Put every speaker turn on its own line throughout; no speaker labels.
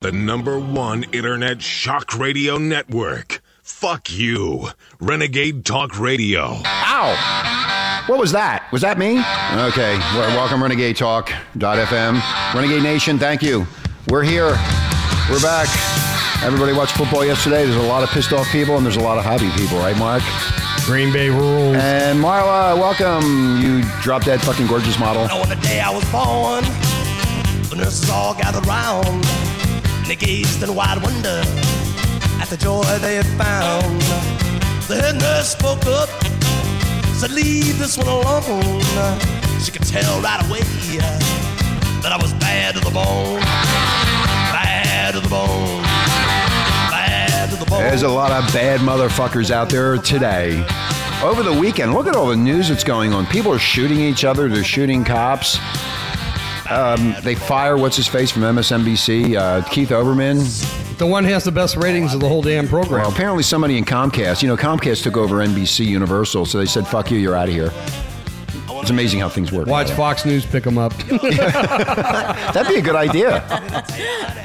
The number one internet shock radio network. Fuck you. Renegade Talk Radio.
Ow! What was that? Was that me? Okay. Well, welcome, Renegade Talk.fm. Renegade Nation, thank you. We're here. We're back. Everybody watched football yesterday. There's a lot of pissed off people and there's a lot of happy people, right, Mark?
Green Bay rules.
And Marla, welcome. You dropped that fucking gorgeous model.
On the day I was born, the nurses all gathered round. They gazed in wide wonder at the joy they had found. The head nurse spoke up, said, Leave this one alone. She could tell right away that I was bad to the bone. Bad to the bone. Bad to the bone.
There's a lot of bad motherfuckers out there today. Over the weekend, look at all the news that's going on. People are shooting each other, they're shooting cops. Um, they fire what's his face from MSNBC, uh, Keith Oberman.
The one has the best ratings of the whole damn program.
Well, apparently somebody in Comcast, you know, Comcast took over NBC Universal, so they said, "Fuck you, you're out of here." It's amazing how things work.
Watch Fox News pick them up.
That'd be a good idea.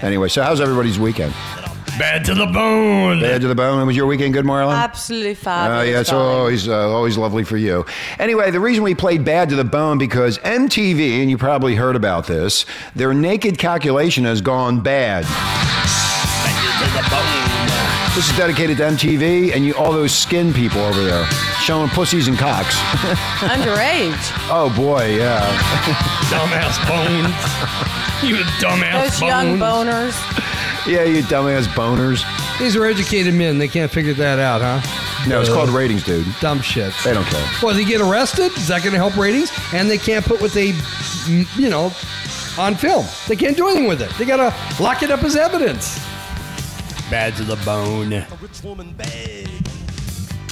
anyway, so how's everybody's weekend?
Bad to the bone.
Bad to the bone. Was your weekend good, Marla?
Absolutely
Uh,
fabulous.
yeah, it's
darling.
always uh, always lovely for you. Anyway, the reason we played Bad to the Bone because MTV, and you probably heard about this, their naked calculation has gone bad.
Bad to the bone.
This is dedicated to MTV and you, all those skin people over there showing pussies and cocks.
underage.
Oh boy, yeah.
Dumbass bones. You dumbass
Those young boners.
Yeah, you dumbass boners.
These are educated men. They can't figure that out, huh?
No, it's
Uh,
called ratings, dude.
dumb shit.
They don't care.
Well, they get arrested. Is that going to help ratings? And they can't put what they, mm, you know, on film. They can't do anything with it. They got to lock it up as evidence. Bad to the bone.
A rich woman bad.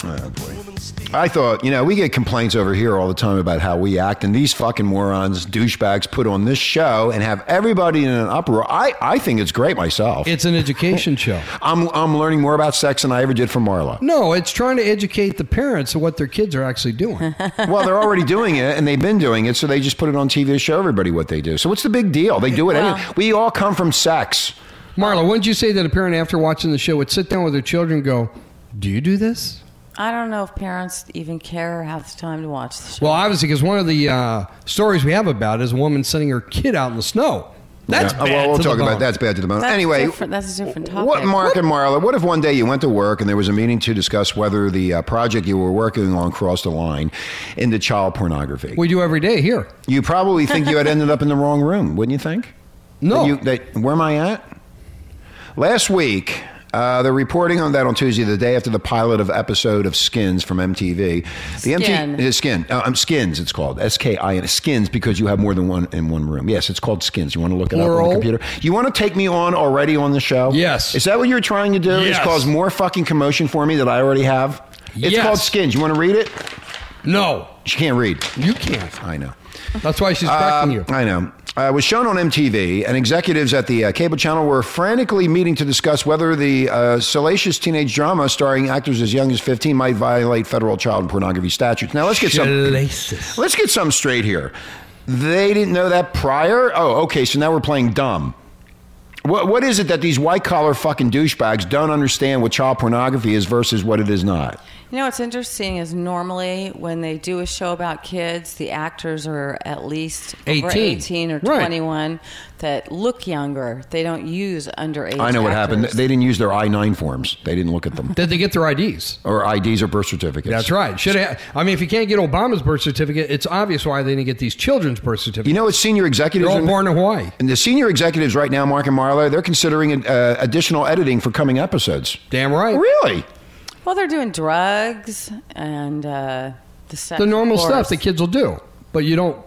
Oh, boy.
Woman steal.
I thought, you know, we get complaints over here all the time about how we act, and these fucking morons, douchebags, put on this show and have everybody in an uproar. I, I think it's great myself.
It's an education show.
I'm, I'm learning more about sex than I ever did from Marla.
No, it's trying to educate the parents of what their kids are actually doing.
well, they're already doing it, and they've been doing it, so they just put it on TV to show everybody what they do. So what's the big deal? They do it anyway. We all come from sex.
Marla, wouldn't you say that a parent after watching the show would sit down with their children and go, Do you do this?
I don't know if parents even care or have the time to watch the show.
Well, obviously, because one of the uh, stories we have about is a woman sending her kid out in the snow. That's
Yeah. Oh,
bad
well, we'll
to the
talk about
bone.
that's bad to the bone.
That's
anyway,
different- that's a different topic.
What, Mark and Marla? What if one day you went to work and there was a meeting to discuss whether the uh, project you were working on crossed the line into child pornography?
We do every day here.
you probably think you had ended up in the wrong room, wouldn't you think?
No.
That you- that- where am I at? Last week, uh, they're reporting on that on Tuesday, the day after the pilot of episode of Skins from MTV. The
Skin.
MTV Skin, uh, um, Skins, it's called S K I N Skins because you have more than one in one room. Yes, it's called Skins. You want to look it up on
Plural.
the computer. You want to take me on already on the show?
Yes.
Is that what you're trying to do? Is
Yes.
cause more fucking commotion for me that I already have? It's
Yes.
called Skins. You want to read it?
No,
She can't read.
you can't.
I know.
That's why she's correcting you.
I know. Uh, it was shown on MTV, and executives at the uh, cable channel were frantically meeting to discuss whether the uh, salacious teenage drama starring actors as young as 15 might violate federal child pornography statutes. Now let's get some.
Shalaces.
Let's get some straight here. They didn't know that prior. Oh, okay. So now we're playing dumb. What, what is it that these white collar fucking douchebags don't understand what child pornography is versus what it is not?
You know what's interesting is normally when they do a show about kids, the actors are at least over
18.
18 or
Right.
21 that look younger. They don't use underage.
I know what happened.
actors.
They didn't use their I 9 forms, they didn't look at them,
Did they get their IDs?
or IDs or birth certificates.
That's right. Should have. I mean, if you can't get Obama's birth certificate, it's obvious why they didn't get these children's birth certificates.
You know, it's senior
They're
executives.
all born in Hawaii.
and the senior executives right now, Mark and Marla, they're considering uh, additional editing for coming episodes.
Damn right.
Really?
well, they're doing drugs and uh, the sex.
The normal
of
stuff
course.
that kids will do, but you don't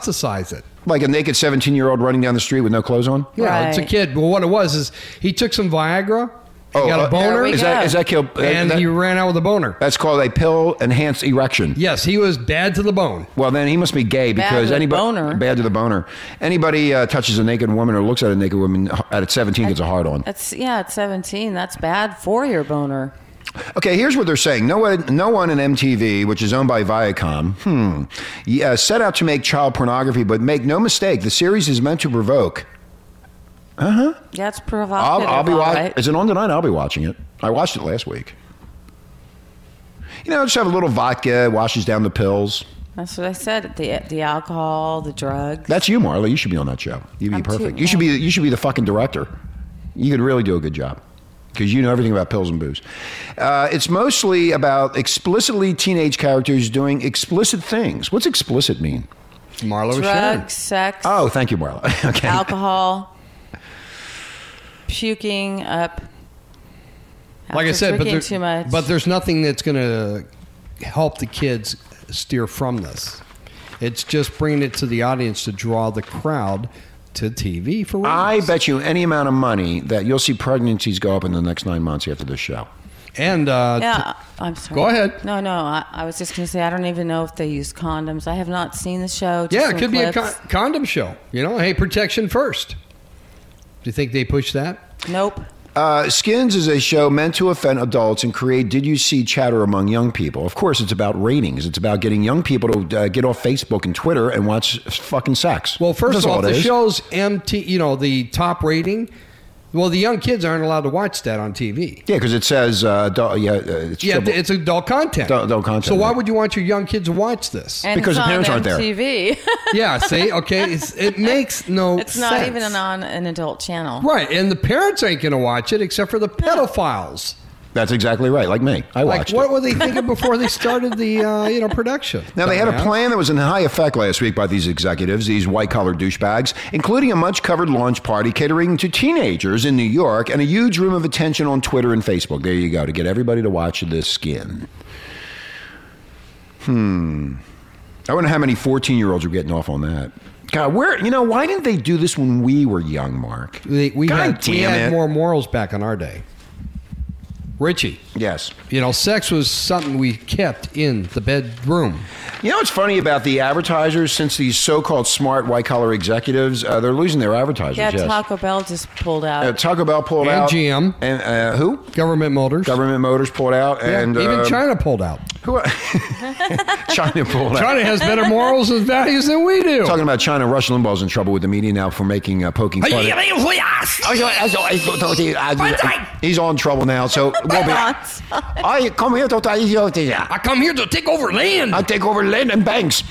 proselytize it.
Like a naked 17 year old running down the street with no clothes on?
Yeah, it's a
Right.
kid. Well, what it was is he took some Viagra, he got
uh,
a boner,
we
Is
go.
that, is that kill? uh,
and
that-
he ran out with a boner.
that's called a pill enhanced erection.
Yes, he was bad to the bone.
Well, then he must be gay
Bad
because
to the
anybody
boner.
bad to the boner. Anybody uh, touches a naked woman or looks at a naked woman at 17 gets a hard on.
That's yeah, at 17, that's bad for your boner.
Okay, here's what they're saying. No one, no one in MTV, which is owned by Viacom, hmm, yeah, set out to make child pornography, but make no mistake, the series is meant to provoke.
That's
I'll,
provocative.
I'll be
all
watching.
right.
Is it on tonight? I'll be watching it. I watched it last week. You know, just have a little vodka, washes down the pills.
That's what I said. The the alcohol, the drugs.
That's you, Marla. You should be on that show. You'd be
I'm too-
perfect. you should be. You should be the fucking director. You could really do a good job because you know everything about pills and booze. Uh, it's mostly about explicitly teenage characters doing explicit things. What's explicit mean?
Marlo was sharing.
drugs, sex,
Oh, thank you, Marla. okay.
alcohol, puking up.
Like I
after
said, but,
drinking
there-
too much.
but there's nothing that's going to help the kids steer from this. It's just bringing it to the audience to draw the crowd to TV for
I
ratings.
bet you any amount of money that you'll see pregnancies go up in the next nine months after this show.
And uh,
Yeah, I'm sorry.
Go ahead.
No, no, I, I was just going to say I don't even know if they use condoms. I have not seen the show. just
Yeah, it
some
could be a
clips.
con- condom show. You know, hey, protection first. Do you think they push that?
Nope.
Uh, Skins is a show meant to offend adults and create did you see chatter among young people. Of course, it's about ratings. It's about getting young people to uh, get off Facebook and Twitter and watch fucking sex.
Well, first
That's
of all,
it
the
is.
show's MT, you know, the top rating. Well, the young kids aren't allowed to watch that on TV.
Yeah, because it says uh, adult, yeah, uh, it's
Yeah,
triple-
it's adult content.
Adult- adult content,
So why
yeah.
would you want your young kids to watch this?
And
Because
it's
the parents
on
aren't there.
MTV.
yeah, see, okay, it's, it makes no.
it's not
sense.
even on an adult channel.
Right, and the parents ain't going to watch it except for the pedophiles.
That's exactly right. Like me, I
Like,
watched
what
it.
were they thinking before they started the uh, you know production?
Now, they had a
Dumbass.
plan that was in high effect last week by these executives, these white collar douchebags, including a much covered launch party catering to teenagers in New York and a huge room of attention on Twitter and Facebook. There you go, to get everybody to watch this skin. Hmm. I wonder how many 14 year olds are getting off on that. God, where, you know, why didn't they do this when we were young, Mark?
They- we
God
had, we
damn
had
it.
more morals back in our day. Richie,
Yes.
you know, sex was something we kept in the bedroom.
You know what's funny about the advertisers since these so called smart white collar executives, uh, they're losing their advertisers.
Yeah,
yes.
Taco Bell just pulled out.
Uh, Taco Bell pulled
And
out.
GM.
And uh, who?
Government motors.
Government Motors pulled out. And
even
uh,
China pulled out.
Who? China pulled out.
China has better morals and values than we do.
Talking about China, Rush Limbaugh's in trouble with the media now for making uh, poking fun. at- He's all in trouble now, so it won't be. I come here to
I come here to take over land.
I take over land and banks.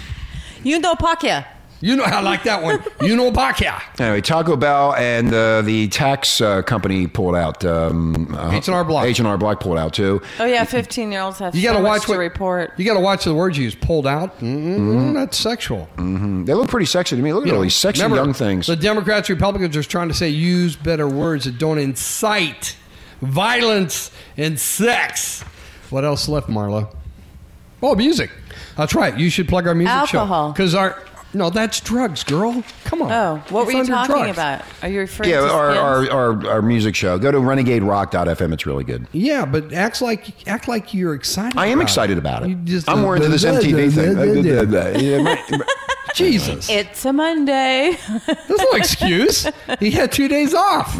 you know Pakia.
you know, I like that one. you know, Bakia.
Anyway, Taco Bell and uh, the tax uh, company pulled out. Um, uh,
H&R Block.
H&R Block pulled out too.
Oh yeah, 15 year olds have
You
so
got to
much
watch
to
what
report.
You got to watch the words you use. Pulled out. Mm-mm,
Mm-hmm.
That's sexual.
They look pretty sexy to me. Look at all these sexy
Remember,
young things.
The Democrats, Republicans are trying to say use better words that don't incite violence and sex. What else left, Marla? Oh, music. That's right. You should plug our music
Alcohol.
show because our no, that's drugs, girl. Come on.
Oh, what were
It's
you
under
talking
drugs.
about? Are you referring
yeah,
to
our,
skins?
our, our, our music show. Go to renegaderock.fm. It's really good.
Yeah, but act like act like you're excited.
I am
about
excited
it.
about
You
it.
just-
I'm more into this MTV thing.
Jesus,
It's a Monday.
There's no excuse. He had two days off.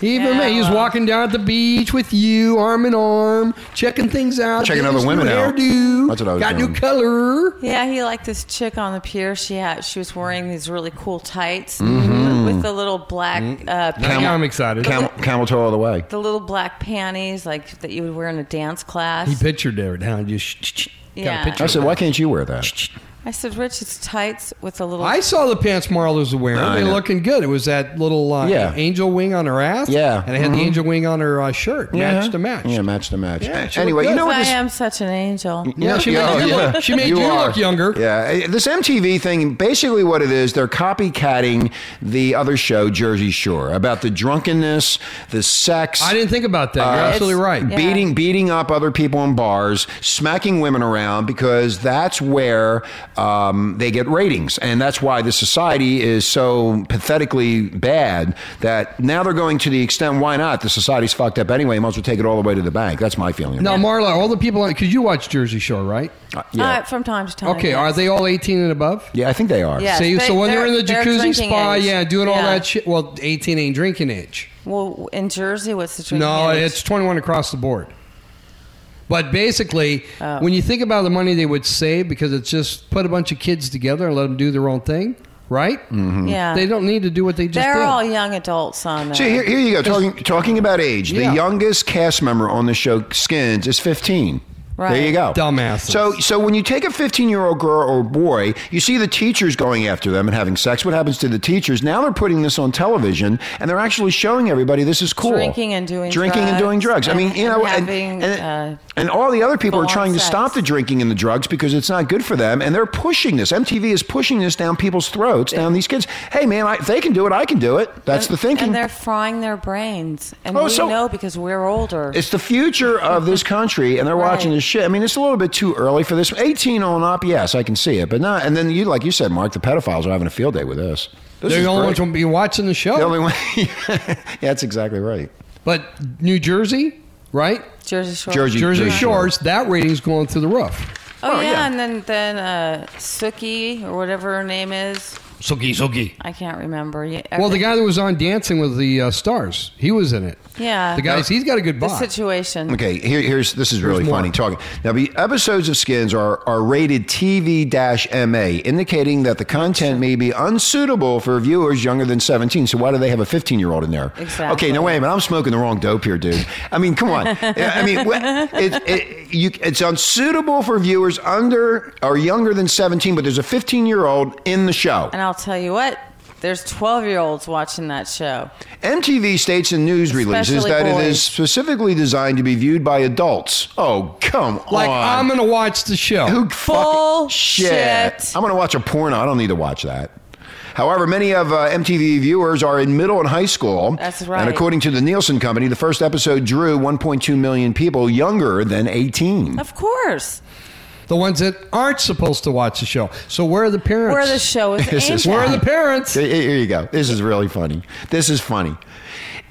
He even
Yeah,
made- he was
well.
walking down at the beach with you, arm in arm, checking things out,
Checking
getting
other
his
women
new
out.
Hairdo,
That's what I was
got
doing.
new color.
yeah, he liked this chick on the pier. She had she was wearing these really cool tights with the little black uh,
Mm-hmm. Now
pan-
I'm excited.
Camel, camel toe all the way.
the little black panties like that you would wear in a dance class.
He pictured it now and just sh- sh- sh- got
Yeah.
a picture.
I
of
said,
it.
why can't you wear that?
I said, Rich, it's tights with a little.
I saw the pants Marla was wearing.
I
they
know.
looking good. It was that little uh,
Yeah.
angel wing on her ass.
Yeah. Mm-hmm.
and it had the angel wing on her uh, shirt.
Yeah.
Match to match.
Yeah, match to match.
Yeah, she
anyway,
looked
you know
good.
what
I
this
am such an angel.
Yeah, she
Yeah,
made you
yeah.
look. She made you,
You are.
look younger.
Yeah, uh, this MTV thing, basically what it is, they're copycatting the other show, Jersey Shore, about the drunkenness, the sex.
I didn't think about that. You're
Uh,
absolutely right.
yeah.
Beating beating up other people in bars, smacking women around because that's where um, they get ratings, and that's why the society is so pathetically bad that now they're going to the extent. Why not? The society's fucked up anyway. Might as well take it all the way to the bank. That's my feeling.
Now, Marla, all the people on because you watch Jersey Shore, right?
Uh, yeah,
Uh, from time to time.
Okay,
yes.
are they all 18 and above?
yeah, I think they are.
Yes,
See,
they-
so when they're, in the
they're- they're
jacuzzi
drinking
spa,
age.
yeah, doing all
Yeah.
that shit. Well, 18 ain't drinking age.
Well, in Jersey, what's the drink?
No,
age?
it's 21 across the board. But basically,
Oh.
when you think about the money they would save because it's just put a bunch of kids together and let them do their own thing, right?
Mm-hmm. Yeah.
They don't need to do what they just
They're
did.
all young adults on there.
See, here, here you go. Talking, talking about age,
Yeah.
the youngest cast member on the show, Skins, is 15. There
Right.
you go.
Dumbasses.
So, so when you take a 15 year old girl or boy, you see the teachers going after them and having sex. What happens to the teachers? Now they're putting this on television and they're actually showing everybody this is cool.
Drinking and doing
drinking and
drugs
doing drugs. I mean,
and-
you know,
and
and,
having,
and,
uh,
and all the other people are
full-on
trying to
sex.
stop the drinking and the drugs because it's not good for them, and they're pushing this. MTV is pushing this down people's throats, down these kids. Hey, man, I, if they can do it, I can do it. That's the thinking.
And they're frying their brains. And
Oh,
we
so-
know because we're older.
It's the future of this country, and they're watching
Right.
this shit. I mean, it's a little bit too early for this. 18 on up, yes, I can see it, but not. And then you, like you said, Mark, the pedophiles are having a field day with this. This
They're
is
the only ones
great.
who will be watching the show.
The only one. yeah, that's exactly right.
but New Jersey, right?
Jersey Shore.
Jersey-
Jersey
Jersey Shore.
Shores, that rating's going through the roof.
Oh,
Oh,
yeah.
yeah.
And then, then uh, Suki or whatever her name is.
Suki, Suki.
I can't remember. Yeah,
Well, the
every-
guy that was on Dancing with the uh, Stars, he was in it.
Yeah.
The guys, he's got a good
The
box.
situation.
Okay, here, here's this is really
more.
funny talking. Now, the episodes of Skins are, are rated TV MA, indicating that the content may be unsuitable for viewers younger than 17. So, why do they have a 15 year old in there?
Exactly.
Okay, now wait a minute. I'm smoking the wrong dope here, dude. I mean, come on. I mean, what- it, it, you, it's unsuitable for viewers under or younger than 17, but there's a 15 year old in the show.
And I'll tell you what, there's 12 year olds watching that show.
MTV states in news releases
Especially
that it
boys.
is specifically designed to be viewed by adults. Oh, come
like,
on.
I'm going to watch the show.
Who fucking
Bullshit.
I'm going to watch a porno. I don't need to watch that. However, many of uh, MTV viewers are in middle and high school.
That's right.
And according to the Nielsen Company, the first episode drew 1.2 million people younger than 18.
Of course.
The ones that aren't supposed to watch the show. So where are the parents?
Where the show is
This
aimed
is-
at.
Where are the parents?
Here- Here you go. This is really funny. This is funny.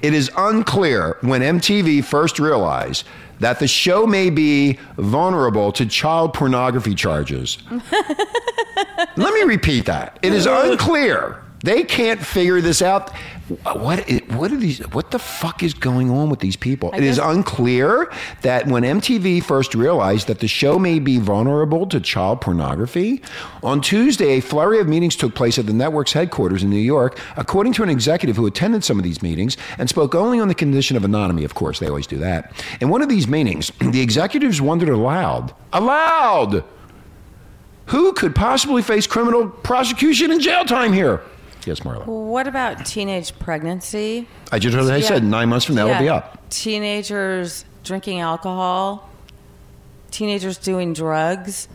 It is unclear when MTV first realized that the show may be vulnerable to child pornography charges. Let me repeat that. It is unclear. They can't figure this out. What i- what are these? What the fuck is going on with these people? it is
guess-
unclear that when MTV first realized that the show may be vulnerable to child pornography, on Tuesday a flurry of meetings took place at the network's headquarters in New York, according to an executive who attended some of these meetings and spoke only on the condition of anonymity. Of course, they always do that. In one of these meetings, the executives wondered aloud, aloud. Who could possibly face criminal prosecution and jail time here? Yes, Marlo.
What about teenage pregnancy?
I just heard they
Yeah.
said nine months from now
yeah.
it'll be up.
Teenagers drinking alcohol, teenagers doing drugs.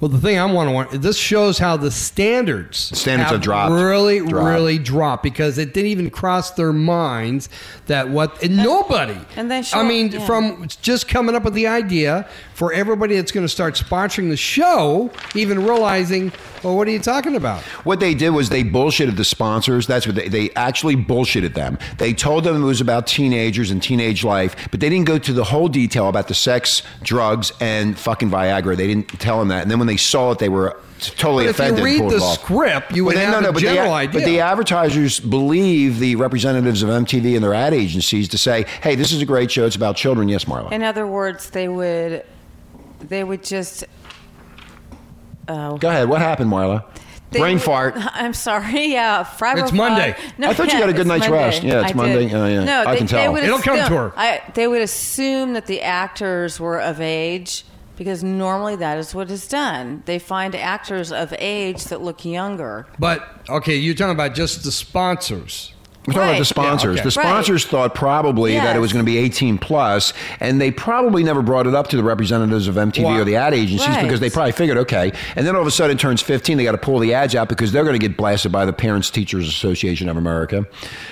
Well, the thing I want to want this shows how the standards
Standards have dropped.
really,
Dropped.
really dropped because it didn't even cross their minds that what and nobody.
and they
I
show-
mean,
yeah.
from just coming up with the idea for everybody that's going to start sponsoring the show, even realizing, well, what are you talking about?
What they did was they bullshitted the sponsors. That's what they, they actually bullshitted them. They told them it was about teenagers and teenage life, but they didn't go to the whole detail about the sex, drugs, and fucking Viagra. They didn't tell them that. And then when they saw it, they were totally
But if you
offended. and
read
pulled
the
it off.
script, you would
they-
have a
but
general
the,
idea.
But the advertisers believe the representatives of MTV and their ad agencies to say, "Hey, this is a great show. It's about children." Yes, Marla.
In other words, they would they would just
Go ahead. What happened, Marla?
they
Brain
would-
fart.
I'm sorry. Yeah, Friday.
It's Monday.
I thought you got a good night's rest. Yeah, it's Monday. Oh, yeah.
No,
I
they,
can
They
tell.
would
It'll come to
assume-
her.
I, they would assume that the actors were of age because normally that is what is done. They find actors of age that look younger.
But okay, you're talking about just the sponsors.
We're talking about
Right.
the sponsors.
Yeah, okay.
The sponsors thought probably that it was
Yes.
going to be 18 plus, and they probably never brought it up to the representatives of MTV
Why?
or the ad agencies
Right.
because they probably figured, okay. And then all of a sudden it turns 15, they got to pull the ads out because they're going to get blasted by the Parents Teachers Association of America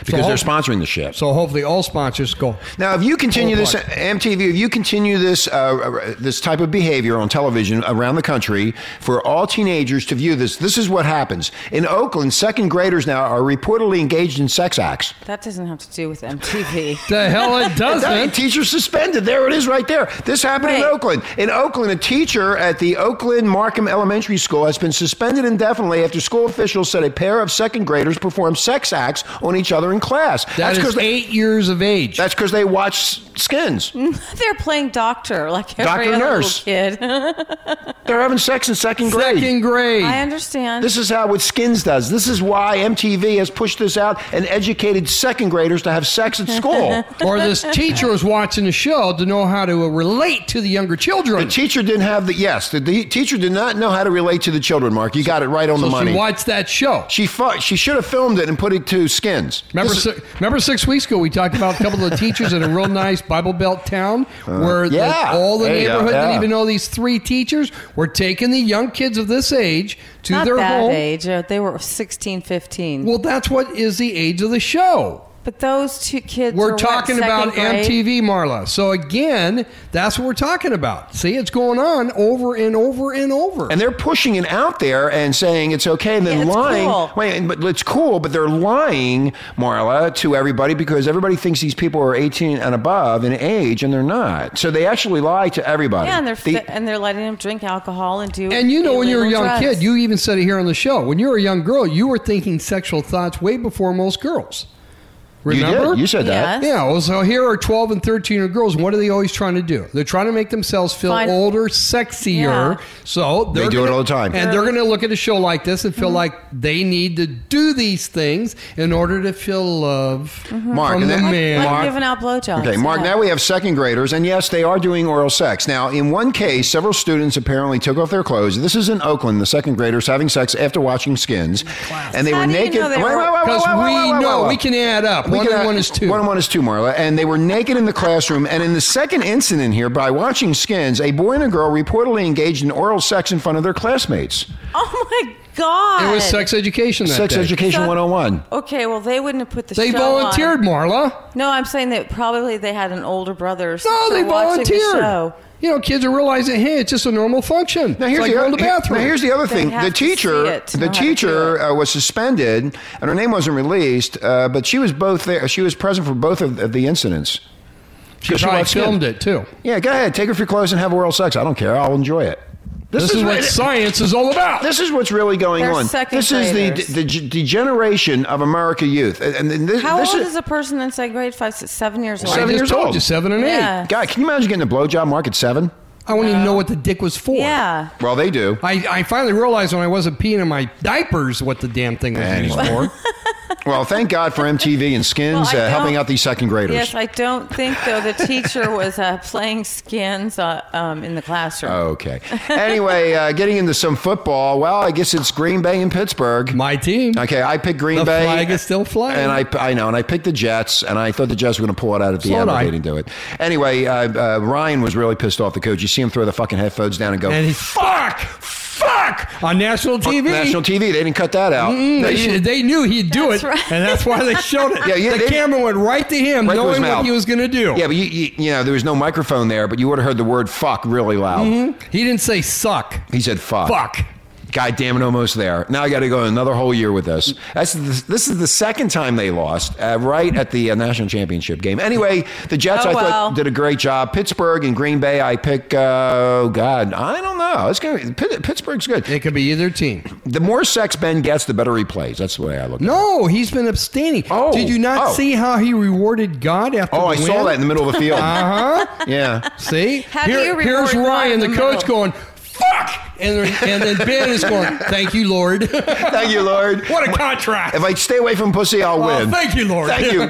because
So-
they're sponsoring the shit.
So hopefully, all sponsors go.
Now, if you continue
Full
this, uh,
block.
MTV, if you continue this uh, this type of behavior on television around the country for all teenagers to view this, this is what happens. In Oakland, second graders now are reportedly engaged in sex acts.
That doesn't have to do with MTV.
The hell it
That
doesn't.
teacher suspended. There it is, right there. This happened in
Right.
Oakland. In Oakland, a teacher at the Oakland Markham Elementary School has been suspended indefinitely after school officials said a pair of second graders performed sex acts on each other in class.
That is
they,
eight years of age.
that's 'cause they watched skins.
They're playing doctor like every
Doctor,
other
nurse.
little kid.
They're having sex in second grade.
Second grade.
I understand.
This is how what Skins does. This is why MTV has pushed this out and educated second graders to have sex at school.
or this teacher was watching the show to know how to uh, relate to the younger children.
the teacher didn't have the yes. The, the teacher did not know how to relate to the children. Mark, you got it right on
so
the money.
she watched that show.
She fu- she should have filmed it and put it to Skins.
Remember, si- remember six weeks ago we talked about a couple of the teachers in a real nice Bible Belt town where the-
Uh, yeah.
all the
There you go,
neighborhood
yeah.
didn't even know these three teachers were taking the young kids of this age to
Not
their
that
home.
age. uh, They were 16, 15.
Well, that's what is the age of the show.
but those two kids
We're
were, what,
talking
second
about
grade?
MTV, Marla. So again, that's what we're talking about. See, it's going on over and over and over.
And they're pushing it out there and saying it's okay, and then
Yeah, it's
lying.
cool.
Wait, but it's cool, but they're lying, Marla, to everybody because everybody thinks these people are 18 and above in age, and they're not. So they actually lie to everybody.
Yeah, and they're
The-
fi- and they're letting them drink alcohol and do.
And you know, when you were a
illegal
young
drugs.
kid, you even said it here on the show. When you were a young girl, you were thinking sexual thoughts way before most girls.
you did.
Remember?
You said that.
Yeah.
Yeah, well, so here are 12 and 13 year old girls. What are they always trying to do? They're trying to make themselves feel
Fine.
older, sexier.
Yeah.
So they're
They do it
gonna-
all the time.
And they're going to look at a show like this and feel like they need to do these things in order to feel love
Mark,
from
and
the
then-
man.
like
Mark-
giving out blowjobs.
Okay, Mark,
Yeah.
now we have second graders, and yes, they are doing oral sex. Now, in one case, several students apparently took off their clothes. This is in Oakland, the second graders having sex after watching skins. And they
How
were
do you
naked.
know they
Wait,
were-
wait, wait,
Because
wait, wait, wait,
we
wait,
know
wait.
we can add up.
We
one
can
and
add-
one is two.
One and one is two, Marla. And they were naked in the classroom. And in the second incident here, by watching skins, a boy and a girl reportedly engaged in oral sex in front of their classmates.
Oh my god!
It was sex education that
Sex
day.
education
So-
101.
Okay, well they wouldn't have put the.
They
show
volunteered,
on.
Marla.
No, I'm saying that probably they had an older brother. or
No,
sister
they
watching the
volunteered.
show.
You know, kids are realizing, hey, it's just a normal function.
Now here's
it's like
the
go
other,
to the bathroom.
Now here's the other
They
thing.
have
The
to see
teacher,
it to
the
know how to do
teacher
it.
uh, was suspended, and her name wasn't released. Uh, but she was both there. She was present for both of, of the incidents.
she
'Cause
probably
likes skin.
filmed it too.
Yeah, go ahead. Take off your clothes and have oral sex. I don't care. I'll enjoy it.
This, is, what
really-
science is all about.
This is what's really going
They're
on.
second
This is the,
graders.
the g- degeneration of America youth. And, and this,
How
this
old is, a person in second grade? Five, six, seven years old.
I
Seven
just
years
told
old.
you, seven and
Yeah.
eight.
guy? Can you imagine getting a blowjob mark at seven?
I wouldn't even know what the dick was for.
Yeah.
Well, they do.
I, I finally realized when I wasn't peeing in my diapers what the damn thing was used
Anyway.
for.
Well, thank God for MTV and Skins
Well, I
uh, helping
don't-
out these second graders.
Yes, I don't think though the teacher was uh, playing skins uh, um, in the classroom.
Okay. Anyway, uh, getting into some football. Well, I guess it's Green Bay and Pittsburgh.
My team.
okay, I picked Green
The
Bay.
flag is still flying.
And I, I know, and I picked the Jets, and I thought the Jets were going to pull it out at the
So
end,
did
but
I.
they didn't do it. Anyway, uh, uh, Ryan was really pissed off the coach. You see him throw the fucking headphones down and go,
And he, fuck, fuck, on national TV.
national TV. They didn't cut that out.
Mm,
No,
they,
you-
should- they knew he'd do
That's
it,
right.
and that's why they showed it.
Yeah, yeah,
the
they-
camera went right to him,
right to his
knowing
mouth.
what he was going to do.
Yeah, but you, you, you know, there was no microphone there, but you would have heard the word fuck really loud.
he didn't say suck.
He said fuck.
Mm-hmm. Fuck.
God damn it, almost there. Now I got to go another whole year with this. That's the, this is the second time they lost, uh, right at the uh, national championship game. Anyway, the Jets
Oh,
I
well.
thought did a great job. Pittsburgh and Green Bay, I pick. Uh, oh God, I don't know. It's gonna be, Pitt, Pittsburgh's good.
It could be either team.
The more sex Ben gets, the better he plays. That's the way I look. at it.
No, he's been abstaining.
Oh,
Did you not
oh.
see how he rewarded God after
Oh, I
the
saw that in
win?
the middle of the field.
Uh huh.
Yeah.
See?
How do you
here's
reward God
Ryan,
in
the,
the
coach,
middle?
going, fuck! And, and then Ben is going, thank you, Lord. what
Thank you, Lord.
a contrast.
If I stay away from pussy, I'll
Oh,
win.
thank you, Lord.
Thank you.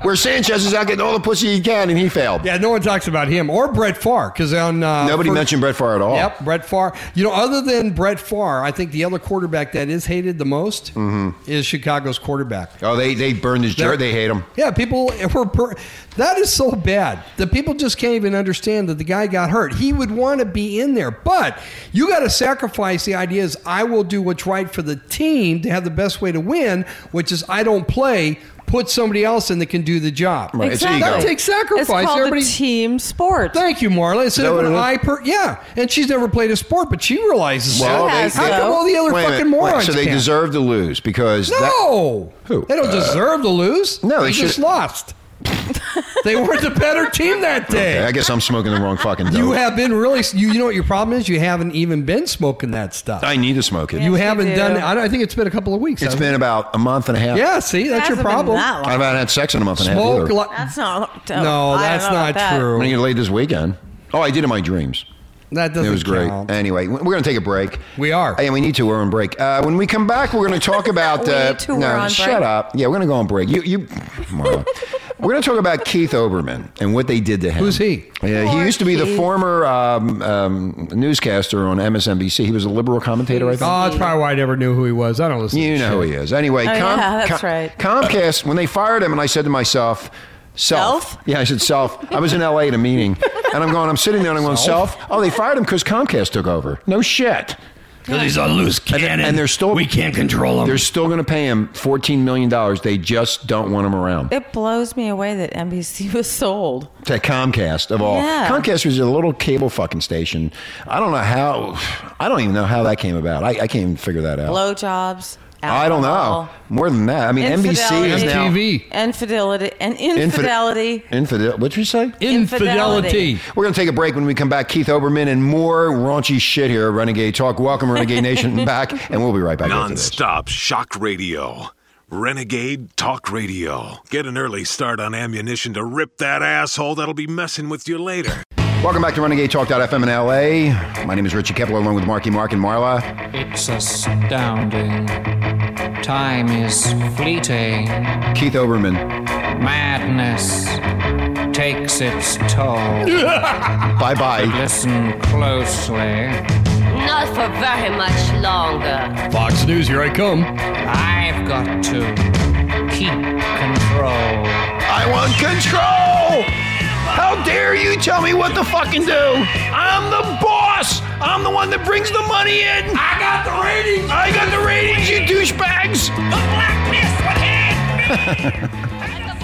Where Sanchez is out getting all the pussy he can, and he failed.
yeah, no one talks about him or Brett Favre because on uh,
Nobody
first-
mentioned Brett Favre at all.
Yep, Brett Favre. You know, other than Brett Favre, I think the other quarterback that is hated the most
Mm-hmm.
is Chicago's quarterback.
Oh, they they burned his jersey. They hate him.
Yeah, people were. Per- that is so bad. The people just can't even understand that the guy got hurt. He would want to be in there, but you got to sacrifice the idea is I will do what's right for the team to have the best way to win, which is I don't play. Put somebody else in that can do the job.
Right, it's
Exactly.
ego.
That takes sacrifice.
It's called
Everybody-
a team sport.
Thank you, Marla. Instead
that
of
what
an
it was?
eye per yeah, and she's never played a sport, but she realizes
Well,
that.
She has,
how
though.
come all the other
Wait a
fucking
minute. Wait,
morons?
so they
can't?
deserve to lose because that-
No,
Who? Uh,
They don't deserve to lose.
no, they
just
should-
lost. They weren't the better team that day.
I guess I'm smoking the wrong fucking dope.
You have been really. You, you know what your problem is? You haven't even been smoking that stuff.
I need to smoke it.
you
Yes, you
haven't
do.
done. I, don't- I think it's been a couple of weeks.
It's
I-
been about a month and a half.
Yeah. See, that's your
Hasn't been
problem.
that
I
long.
haven't had sex in a month and a half either.
Smoke. Li-
That's not.
no,
I don't
that's
know about
not
that.
true.
I'm gonna get laid this weekend. Oh, I did in my dreams.
That doesn't.
it was great.
count.
Anyway, we're going to take a break.
We are.
And we need to. We're on break. Uh, when we come back, we're going to talk about.
We
uh,
need to,
no,
we're on
shut
break.
up. Yeah, we're going to go on break. You, you. Marla. we're going to talk about Keith Oberman and what they did to him.
Who's he?
Yeah, he
Poor
used to be the
Keith.
former um, um, newscaster on MSNBC. He was a liberal commentator, I think.
Oh,
Ah,
that's probably why I never knew who he was. I don't listen.
You
to
know who
shit.
he is. Anyway,
Oh, yeah, that's right.
Comcast, when they fired him, and I said to myself, Self.
Self?
Yeah, I said self. I was in LA at a meeting, and I'm going, I'm sitting there and I'm going, self? Oh, they fired him because Comcast took over. No shit.
Because he's a loose
And,
cannon.
and they're still
we can't control him.
Um,
They're still going to pay him $14 million. They just don't want him around.
It blows me away that NBC was sold.
To Comcast of all.
Yeah.
Comcast was a little cable fucking station. I don't know how, I don't even know how that came about. I, I can't even figure that out.
Blowjobs.
I don't know.
alcohol,
More than that. I mean, NBC is
Infidelity.
now.
MTV.
Infidelity and
Infide-
infidelity.
Infidel. What'd you say?
Infidelity.
Infidelity.
We're going to take a break when we come back. Keith Oberman and more raunchy shit here at Renegade Talk. Welcome, Renegade Nation, back, and we'll be right back. after this.
Nonstop shock radio. Renegade Talk Radio. Get an early start on ammunition to rip that asshole that'll be messing with you later.
Welcome back to Renegade Talk.fm in LA. My name is Richie Kepler, along with Marky Mark and Marla.
It's astounding. Time is fleeting.
Keith Oberman.
Madness takes its toll.
Bye bye.
Listen closely.
Not for very much longer.
Fox News. Here I come.
I've got to keep control.
I want control. How dare you tell me what to fucking do? I'm the boss. I'm the one that brings the money in.
I got the ratings.
I got the ratings, you douchebags.
The blackness would hit me.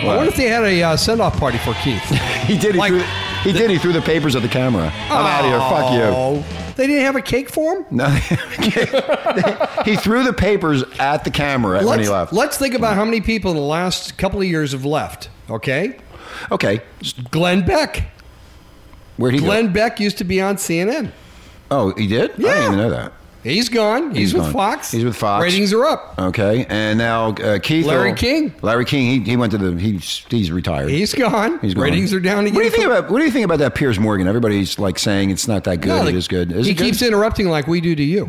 Wow.
I wonder if they had a uh, send-off party for Keith.
He did. He,
Like-
threw, he did. He threw the papers at the camera. I'm out of here. Fuck you.
you. oh. They didn't have a cake for him.
No, he threw the papers at the camera when he left.
let's think about how many people in the last couple of years have left. Okay,
Okay,
Glenn Beck.
where'd he
Glenn Beck used to be on CNN.
go? Oh, he did. I
Yeah.
didn't even know that.
He's gone. He's,
He's
with
gone.
Fox.
He's with Fox.
Ratings are up.
Okay, and now uh, Keith.
Larry King.
Larry King. He, he went to the. He's he's retired.
He's gone.
He's gone.
Ratings are down again.
What do you think about What do you think about that Piers Morgan? Everybody's like saying it's not that good.
No,
it
like,
is good. Is
he
it good?
keeps interrupting like we do to you.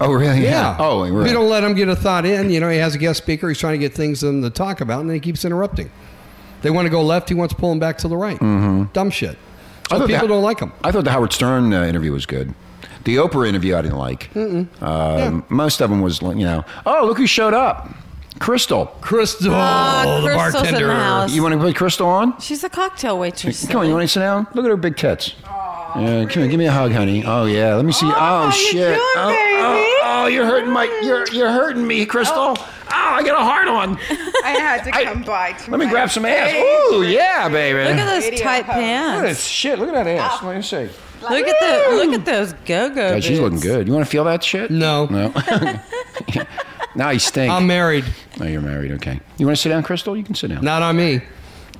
Oh really?
Yeah.
Oh, right.
We don't let him get a thought in. You know, he has a guest speaker. He's trying to get things them to talk about, and then he keeps interrupting. They want to go left. He wants to pull them back to the right.
Mm-hmm.
Dumb shit.
I
So
thought
people
the-
don't like him.
I thought the Howard Stern uh, interview was good. The Oprah interview I didn't like. Um, Most of them was like, you know, oh look who showed up, Crystal.
Crystal,
Ah,
the
Crystal's in the
bartender.
house.
Oh, You want to put Crystal on?
She's a cocktail waitress.
Come on, you want to sit down? Look at her big tits. yeah, come here, give me a hug, honey. Oh yeah, let me see. Oh,
how you
shit.
doing,
oh,
baby?
oh, oh, you're hurting my. You're you're hurting me, Crystal. Oh, I got a hard on.
I had to
I-
come by. To
Let me
my
grab some ass.
stage
Ooh,
for
yeah, baby.
Look at Oh. those
Video
tight
pose.
Look at that
pants.
shit. Look at that ass. Let me see.
Look at the look at those go go.
God, she's looking good. You want to feel that shit?
No.
No. now you stink.
I'm married.
No, you're married. Okay. You want to sit down, Crystal? You can sit down.
Not on me.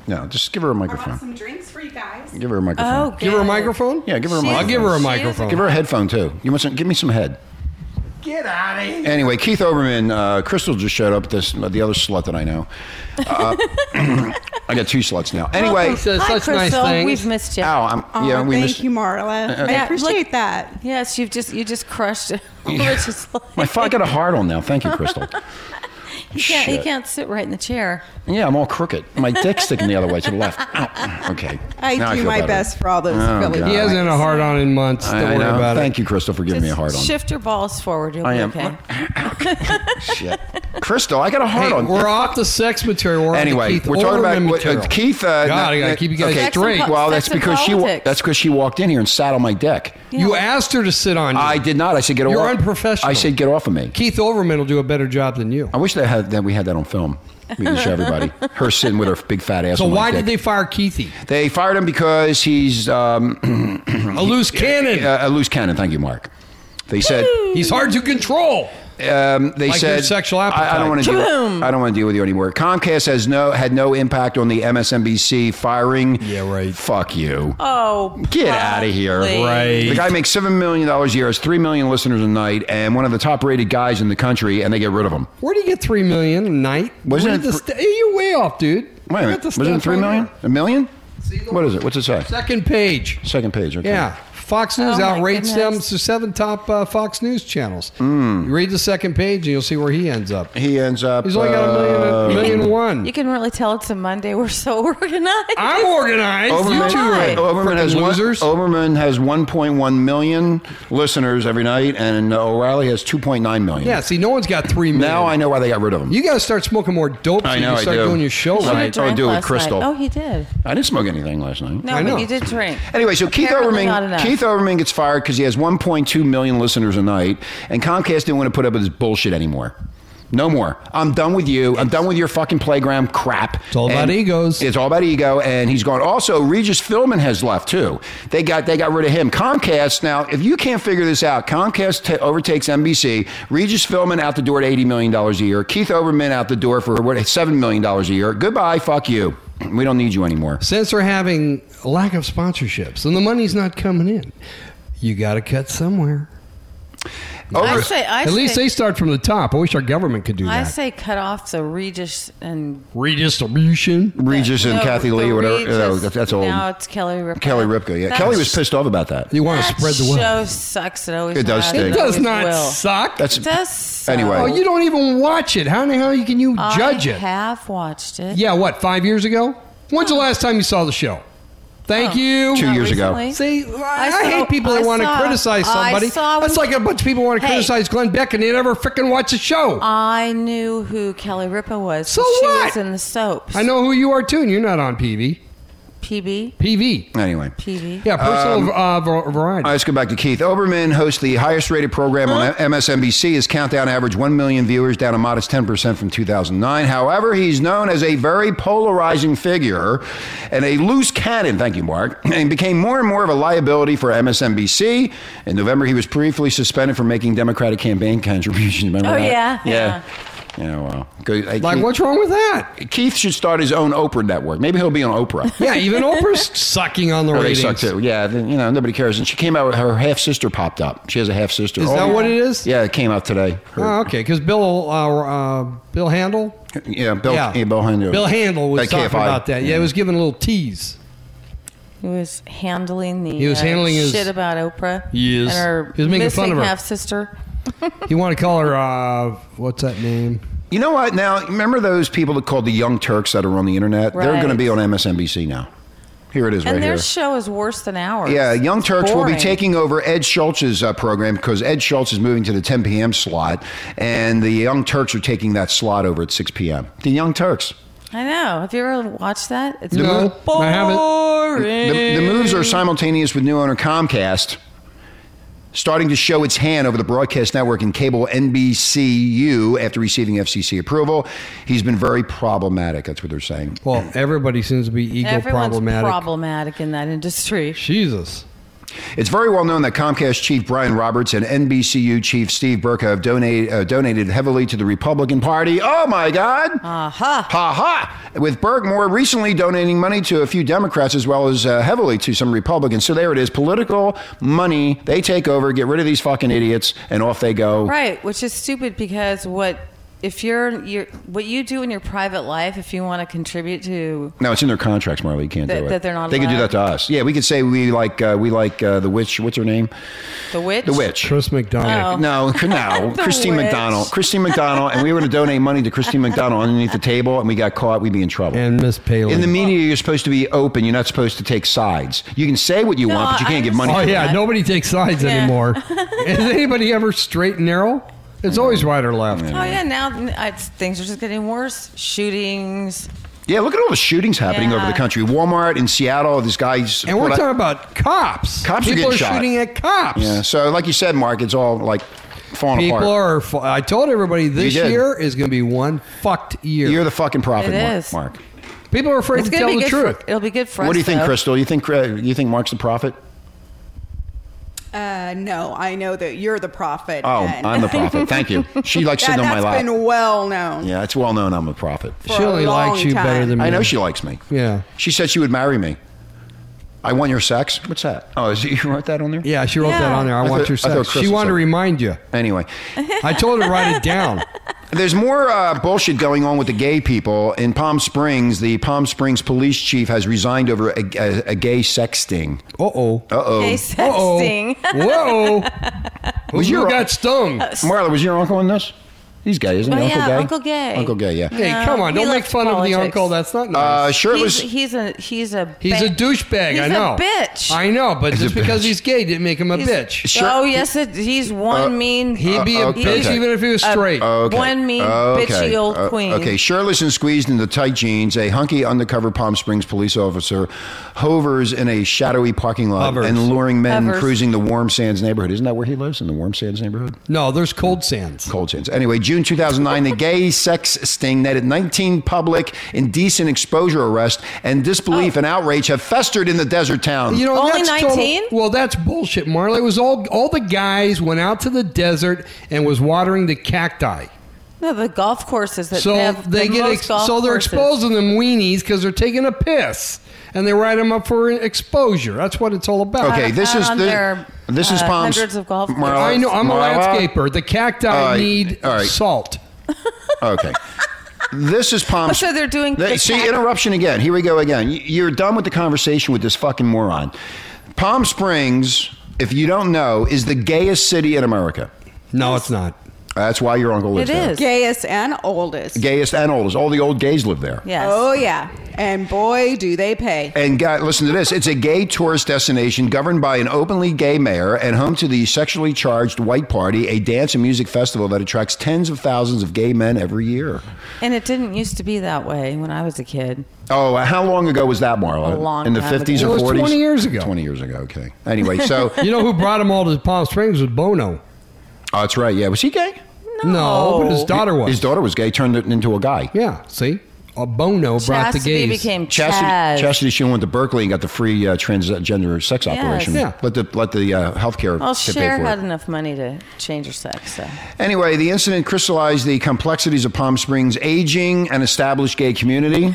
No, just give her a
I brought
microphone.
some drinks for you guys.
Give her a microphone.
Oh,
Give her a microphone.
Yeah, give her a
She is-
microphone.
I'll give her a
She is
microphone.
Give her a headphone too. You want some? Give me some head.
Get out of here.
Anyway, Keith Oberman, uh, Crystal just showed up. This the other slut that I know. Uh, I got two sluts now. Anyway,
She says
Hi,
such nice
Crystal.
things.
We've missed you.
ow, I'm,
Oh,
yeah, we Uh,
thank
missed.
you, Marla. I
Yeah,
appreciate
look-
that.
Yes, you've just you just crushed it. Rich's
My
life.
fuck, I got a hard on now. Thank you, Crystal.
He can't, he
Shit.
can't sit right in the chair.
Yeah, I'm all crooked. My dick's sticking the other way to the left. Ow. Okay.
I
Now
do
feel
my
better.
best for all those
Oh,
Philly
God.
he hasn't had a hard on in months. Don't
I, I
worry
know.
about
Thank
it.
you, Crystal, for giving me a hard on.
Shift your balls forward. You'll
I
be
am.
okay.
Shit. Crystal, I got a hard
Hey,
on.
we're off the sex material. We're on to
Anyway,
Keith
we're talking about
Olbermann
what, uh,
material.
Keith. Uh,
God, I gotta keep you guys
Sex and
straight.
po-
Well, that's
sex and
because she. wa-
politics.
That's because she walked in here and sat on my dick.
You asked her to sit on you.
I did not. I said get
You're
off.
unprofessional.
I said get off of me.
Keith Olbermann will do a better job than you.
I wish that had that we had that on film. We could show everybody her sitting with her big fat ass.
So
on my
why did
dick.
they fire Keithy?
They fired him because he's um, uh,
A loose cannon.
a a loose cannon. Thank you, Mark. They said
He's hard to control.
um, they
Like your
said
sexual
I, I don't want to deal.
Boom.
I don't want to deal with you anymore. Comcast has no had no impact on the MSNBC firing.
Yeah, right.
Fuck you.
Oh,
Get out of here.
please.
Right.
The guy makes seven million dollars a year, has three million listeners a night, and one of the top rated guys in the country, and they get rid of him.
Where do you get three million a night?
Wasn't
Where
it
did the
thr-
sta- you're way off, dude.
Wait a
Look
minute.
at the
Was it
stats
three
right
million?
here.
A million? What is it? What's it say?
Second page.
Second page. Okay.
Yeah. Fox News
Oh, my
outrates them
goodness.
to seven top uh, Fox News channels.
Hmm.
You read the second page and you'll see where he ends up.
He ends up.
He's only got a million, a
uh,
million one.
You can really tell it's a Monday. We're so organized.
I'm organized.
Overman,
you two
are.
are
Overman has
frickin'
one,
losers.
Overman has 1.1 million listeners every night, and O'Reilly has 2.9 million.
yeah, see, no one's got three million.
Now I know why they got rid of him.
You got to start smoking more dope so
I
you
know,
can
I
start
do.
doing your show
You should've
Right.
right.
Oh,
drank
do with
last
Crystal.
Night. Oh, he did.
I didn't smoke anything last night.
No,
I know.
but you did drink.
Anyway, so Keith
Apparently not
Overman
enough.
Keith Overman gets fired because he has 1.2 million listeners a night, and Comcast didn't want to put up with his bullshit anymore. No more. I'm done with you. I'm done with your fucking playground crap. It's
all about egos.
It's all about ego, and he's gone. Also, Regis Philbin has left too. They got they got rid of him. Comcast now. If you can't figure this out, Comcast ta overtakes NBC. Regis Philbin out the door at 80 million dollars a year. Keith Overman out the door for what 7 million dollars a year. Goodbye. Fuck you. We don't need you anymore.
Since they're having a lack of sponsorships and the money's not coming in, you got to cut somewhere.
I say, I
At
say,
least they start from the top. I wish our government could do that.
I say cut off the Regis and
Redistribution.
Regis and
No,
Kathy
the
Lee, whatever.
Regis-
no, that- that's old.
Now it's Kelly Ripka.
Kelly Ripka. Yeah,
That
Kelly was
sh-
pissed off about that.
You want to spread the wealth.
That show sucks. It always
It does
has,
stink.
and
It
does
always
not
will.
suck.
That's
It does suck.
anyway.
Oh, you don't even watch it. How in the hell you can you judge
I
it?
have watched it.
yeah, what? Five years ago? When's the last time you saw the show? Thank
Oh.
you.
Two
Not
years ago.
recently.
See, I,
saw-
I hate people that
I
want to
saw-
criticize
I
somebody.
saw
That's
when-
like a bunch of people want to
Hey. Uh,
criticize Glenn Beck and they never freaking watch the show.
I knew who Kelly Ripa was.
So
she
what?
was in the soaps.
I know who you are too, and you're not on PV.
PB.
PV.
Anyway.
PB.
Um,
Yeah, personal uh, var- variety.
All right, let's go back to Keith. Oberman hosts the highest rated program on MSNBC. His countdown averaged 1 million viewers, down a modest 10% from 2009. However, he's known as a very polarizing figure and a loose cannon, thank you, Mark, and became more and more of a liability for MSNBC. In November, he was briefly suspended for making Democratic campaign contributions. Remember
Oh,
that?
yeah,
Yeah.
yeah.
Yeah, well. Good. I-
like,
Keith-
what's wrong with that?
Keith should start his own Oprah network. Maybe he'll be on Oprah.
Yeah, even Oprah's sucking on the
Oh, they
ratings.
suck too. Yeah, then, you know nobody cares. And she came out with her half sister popped up. She has a half sister.
Is
Oh,
that what it is?
Yeah, it came out today. Her-
Oh, okay, because Bill uh, uh, Bill Handel.
yeah, Bill. Yeah. Bill Handel.
Bill Handel was
Like
talking
KFI.
about that. Yeah, he was giving a little tease.
He was handling the
He was
uh,
handling his-
shit about Oprah.
Yes.
And her
He was making fun
missing
of her.
half sister.
He wanted to call her uh, what's that name?
You know what? Now remember those people that called the Young Turks that are on the internet? They're
Right.
going to be on MSNBC now. Here it is,
And
right
their
here.
show is worse than ours.
Yeah, Young
It's
Turks will be
boring.
taking over Ed Schultz's uh, program because Ed Schultz is moving to the 10 p.m. slot, and the Young Turks are taking that slot over at 6 p.m. The Young Turks.
I know. Have you ever watched that? It's
No,
boring.
I haven't.
The, the moves are simultaneous with new owner Comcast starting to show its hand over the broadcast network and cable NBCU after receiving FCC approval. He's been very problematic. That's what they're saying.
Well, everybody seems to be ego
Everyone's
problematic.
problematic in that industry.
Jesus.
It's very well known that Comcast chief Brian Roberts and NBCU chief Steve Burke have donate, uh, donated heavily to the Republican Party. Oh my God!
Aha.
Ha ha! With Berg more recently donating money to a few Democrats as well as uh, heavily to some Republicans. So there it is. Political money. They take over, get rid of these fucking idiots, and off they go.
Right, which is stupid because what if you're you're what you do in your private life if you want to contribute to
No, it's in their contracts, Marley. You can't
That-
do it.
that they're not
They could do
allowed?
that to us. Yeah, we could say we like uh, we like uh, the witch. What's her name?
the witch,
The witch.
Chris McDonald.
No, no,
The
Christine
witch.
McDonald. Christine McDonald, and we were going to donate money to Christine McDonald underneath the table, and we got caught. We'd be in
Oh.
trouble.
And Miss Palin.
in the media, you're supposed to be open. You're not supposed to take sides. You can say what you
No,
want, but you
I
can't give money.
oh,
to
understand.
yeah,
Yeah.
nobody takes sides
Yeah.
anymore. Is anybody ever straight and narrow? It's always right or left.
Oh yeah, now I, things are just getting worse. Shootings.
Yeah, look at all the shootings happening over
Yeah.
the country. Walmart in Seattle, these guys.
And we're talking about cops.
Cops are
People
getting shot.
shooting at cops.
Yeah, so like you said, Mark, it's all like falling
People
apart.
are. fu- I told everybody this
You did.
year is going to be one fucked year.
You're the fucking prophet,
It
Mark.
is.
Mark.
People are afraid
It's
to
gonna
tell
be
the
good.
truth.
For, it'll be good for us.
What do you think,
though.
Crystal? You think uh, you think Mark's the prophet?
Uh, no, I know that you're the prophet.
Oh,
and-
I'm the prophet. Thank you. She likes
that,
sitting on my
has
lap.
been well known.
yeah, it's well known I'm a prophet.
for
she
a
only
long
likes you better
time.
than me.
I know she likes me.
Yeah.
She said she would marry me. I want your sex. What's that? Oh, is it, you wrote that on there?
Yeah, she wrote that
Yeah.
on there. I,
I
want
thought-
your
I thought
sex.
Chris
She
was
wanted to
like-
remind you.
Anyway,
I told her to write it down.
there's more uh, bullshit going on with the gay people in Palm Springs. The Palm Springs police chief has resigned over a, a, a gay sex sting.
Uh oh.
Uh
Gay
oh.
sexting.
Whoa.
Was
Who
your
got stung?
Uh,
Marla? Was your uncle in this? He's gay, isn't he?
Oh,
uncle
yeah,
gay.
Uncle Gay.
Uncle gay. Yeah.
Hey,
No,
come on!
he
Don't make
likes
fun of the
politics.
uncle. That's not
Uh,
nice.
sure, it
he's,
was.
he's a he's a
he's a
ba-
douchebag.
He's
I
a
know.
bitch.
I know, but
He's a
just because
bitch.
he's gay didn't make him a
He's-
bitch.
Sure.
Oh yes, it, he's one mean.
He'd be
Uh,
a
okay.
bitch
Okay. uh,
even if he was straight.
Okay.
One mean, bitchy old
Uh,
queen.
Okay, shirtless and squeezed into tight jeans, a hunky undercover Palm Springs police officer hovers in a shadowy parking lot
Hovers.
and luring men
Hovers.
cruising the Warm Sands neighborhood. Isn't that where he lives? In the Warm Sands neighborhood?
no, there's cold sands.
Cold Sands. Anyway, June 2009, the gay sex sting netted 19 public indecent exposure arrests, and disbelief
Oh.
and outrage have festered in the desert town.
You know,
Only
that's total-
19?
well, that's bullshit, Marla. It was all all the guys went out to the desert and was watering the cacti.
No, the golf courses that
So
have
they
the
get
most
ex-
golf
so they're
courses.
exposing them weenies because they're taking a piss and they write them up for exposure. That's what it's all about.
okay, this
out
is
on
the-
their,
this is
uh,
Palm
hundreds of golf
Marla-
courses.
I know. I'm a
Marla?
landscaper. The cacti
Uh,
need
all right.
salt.
Okay. This is Palm.
Oh, so they're doing
Th-
the
See
tax-
interruption again. Here we go again. Y- You're done with the conversation with this fucking moron. Palm Springs, if you don't know, is the gayest city in America.
No, it's not.
That's why your uncle lives
It
there.
is.
Gayest and oldest.
Gayest and oldest. All the old gays live there.
Yes.
Oh yeah, and boy do they pay.
And God, listen to this. It's a gay tourist destination governed by an openly gay mayor and home to the sexually charged white party, a dance and music festival that attracts tens of thousands of gay men every year.
And it didn't used to be that way when I was a kid.
Oh, how long ago was that, Marla?
A long
In the
time ago.
50s
It
or
was
40s?
20 years ago.
20 years ago, okay. Anyway, so. uh,
You know who brought them all to Palm Springs was Bono.
Oh, that's right. Yeah, was he gay?
No, but his daughter was.
His daughter was gay. Turned it into a guy.
yeah, see, uh, Bono brought the
Chastity
gays.
became
Chastity,
Chaz.
Chastity Sheen went to Berkeley and got the free uh, transgender sex operation.
Yeah.
Let the let the uh, healthcare
Well,
to
Cher
pay for
had
it.
enough money to change her sex. So.
Anyway, the incident crystallized the complexities of Palm Springs' aging and established gay community.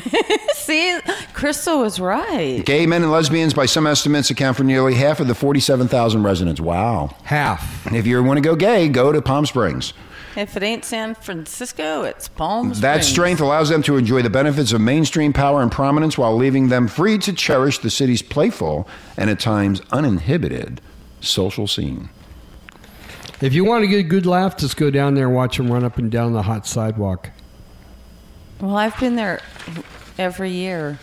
See, Crystal was right.
gay men and lesbians, by some estimates, account for nearly half of the forty-seven thousand residents. Wow!
half.
If you want to go gay, go to Palm Springs.
If it ain't San Francisco, it's Palm Springs.
That strength allows them to enjoy the benefits of mainstream power and prominence while leaving them free to cherish the city's playful and at times uninhibited social scene.
If you want to get a good laugh, just go down there and watch them run up and down the hot sidewalk.
Well, I've been there every year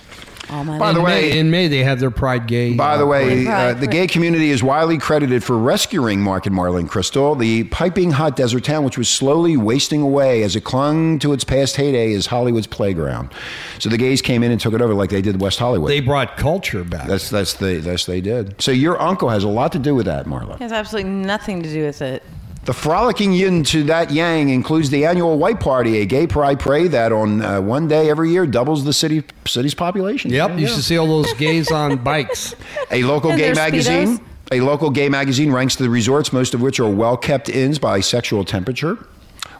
all my
By
life.
the
In
way-
May, in May they had their Pride Gay.
By the
uh,
way,
Right,
uh,
right.
the gay community is widely credited for rescuing Mark and Marlene Crystal, the piping hot desert town which was slowly wasting away as it clung to its past heyday as Hollywood's playground. So the gays came in and took it over like they did West Hollywood.
they brought culture back.
that's that's the that's they did. So your uncle has a lot to do with that, Marla.
It has absolutely nothing to do with it.
The frolicking yin to that yang includes the annual White Party, a gay pride parade that on uh, one day every year doubles the city city's population.
yep,
Yeah,
you
yeah.
should see all those gays on bikes.
A local
And
gay
their
magazine.
Speedos.
A local gay magazine ranks the resorts, most of which are well kept inns by sexual temperature.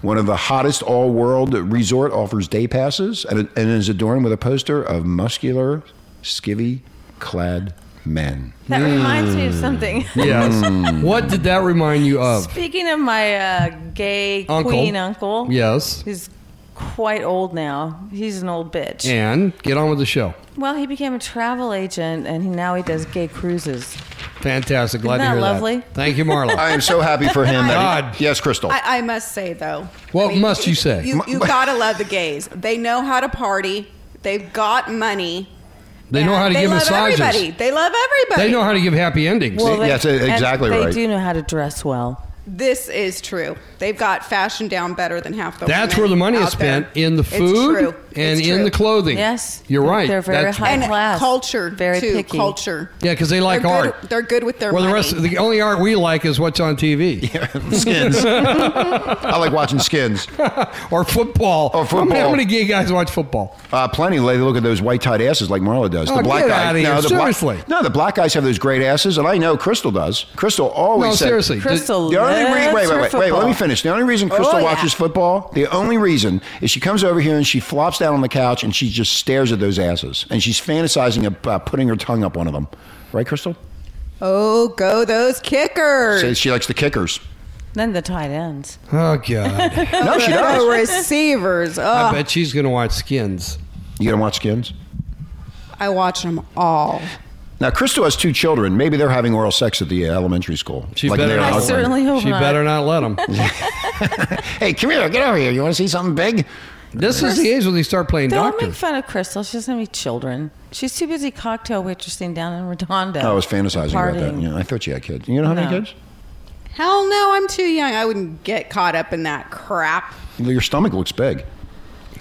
One of the hottest all world resort offers day passes and, and is adorned with a poster of muscular, skivvy clad men.
That reminds me of something.
Yes. what did that remind you of?
Speaking of my uh, gay
Uncle.
queen uncle,
Yes.
he's quite old now. He's an old bitch.
And get on with the show.
Well, he became a travel agent, and he, now he does gay cruises.
Fantastic. Glad
Isn't
to
that
hear
lovely?
that. Thank you, Marla.
I am so happy for him. that he-
God.
yes, Crystal.
I, I must say though.
What
I
must you say?
You, you gotta love the gays. They know how to party. They've got money.
They know
And
how to
they
give
love
massages.
Everybody. They love everybody.
They know how to give happy endings.
Well, that's
and
exactly
they
right.
do know how to dress well.
This is true. They've got fashion down better than half the.
That's
women
where the money is
out there.
spent, in the
It's
food,
true.
and
It's
in
true.
the clothing.
Yes.
You're right.
They're very
That's-
high
and
class.
culture,
Very
too.
picky.
Culture.
Yeah, because they like
they're
art.
Good, they're good with their
well, the
money.
rest, the only art we like is what's on TV
Skins. I like watching skins.
or football.
Or
How many, how
football.
many gay guys watch football?
Uh, plenty. They look at those white tight asses like Marla does.
Oh,
the black
get
guy.
outta here.
No, the black-
Seriously.
no, the black guys have those great asses, and I know Crystal does. Crystal always.
No,
said-
seriously.
Crystal
The only reason,
lives
wait, wait,
her
wait, wait, let
football.
me finish. The only reason Crystal
Oh, yeah.
watches football, the only reason is she comes over here and she flops down on the couch and she just stares at those asses and she's fantasizing about putting her tongue up one of them. Right, Crystal?
oh, go those kickers.
Says she likes the kickers.
Then the tight ends.
Oh God!
No, she
Oh,
does.
receivers. Oh,
I
I,
bet she's gonna watch Skins.
You gonna watch skins?
watch them all.
Now, Crystal has two children. Maybe they're having oral sex at the uh, elementary school.
She
Like
better.
they're
I
out
Not,
there.
certainly hope
she
not.
better not let them.
Hey, come here. Get over here. You want to see something big?
this is the age when they start playing
Don't
doctor.
make fun of Crystal. She doesn't have any children. She's too busy cocktail waitressing down in Redondo.
Oh, I was fantasizing about that.
Partying.
Yeah, I thought you had kids. You know how many
No.
kids?
Hell no, I'm too young. I wouldn't get caught up in that crap.
Your stomach looks big.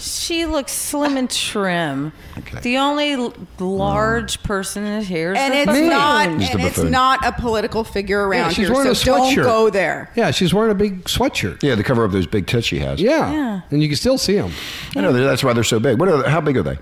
She looks slim and trim.
Okay.
The only l- large person that here is
And
the
it's
buffoon.
not.
He's the
And it's
buffoon.
not a political figure
Yeah,
around
she's
here.
wearing
So
a
don't
sweatshirt.
go there.
Yeah, she's wearing a big sweatshirt.
Yeah, to cover up those big tits she has.
Yeah,
Yeah.
and you can still see them.
I know that- that's why they're so big. What are they, how big are they?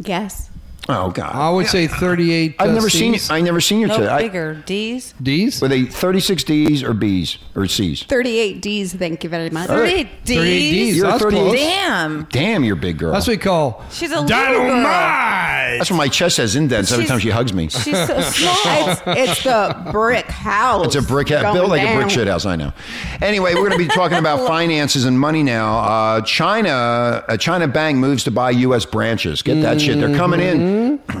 Yes.
Oh God,
I would say 38.
I've
uh,
never seen.
Cs.
I never seen you
No
today. I,
bigger. D's.
D's.
were they thirty six D's or B's or C's?
38 D's. Thank you very much.
right.
38 D's.
38 D's.
You're
That's
38.
close.
Damn.
Damn, you're a big girl.
That's what we call.
She's a little girl.
That's what my chest has indents every
She's-
time she hugs me.
She's so small.
it's, it's the brick house.
It's a brick house,
going
built like a
down.
brick shit house. I know. Anyway, we're going to be talking about finances and money now. Uh, China, a China bank moves to buy U.S. branches. Get that shit. They're coming in,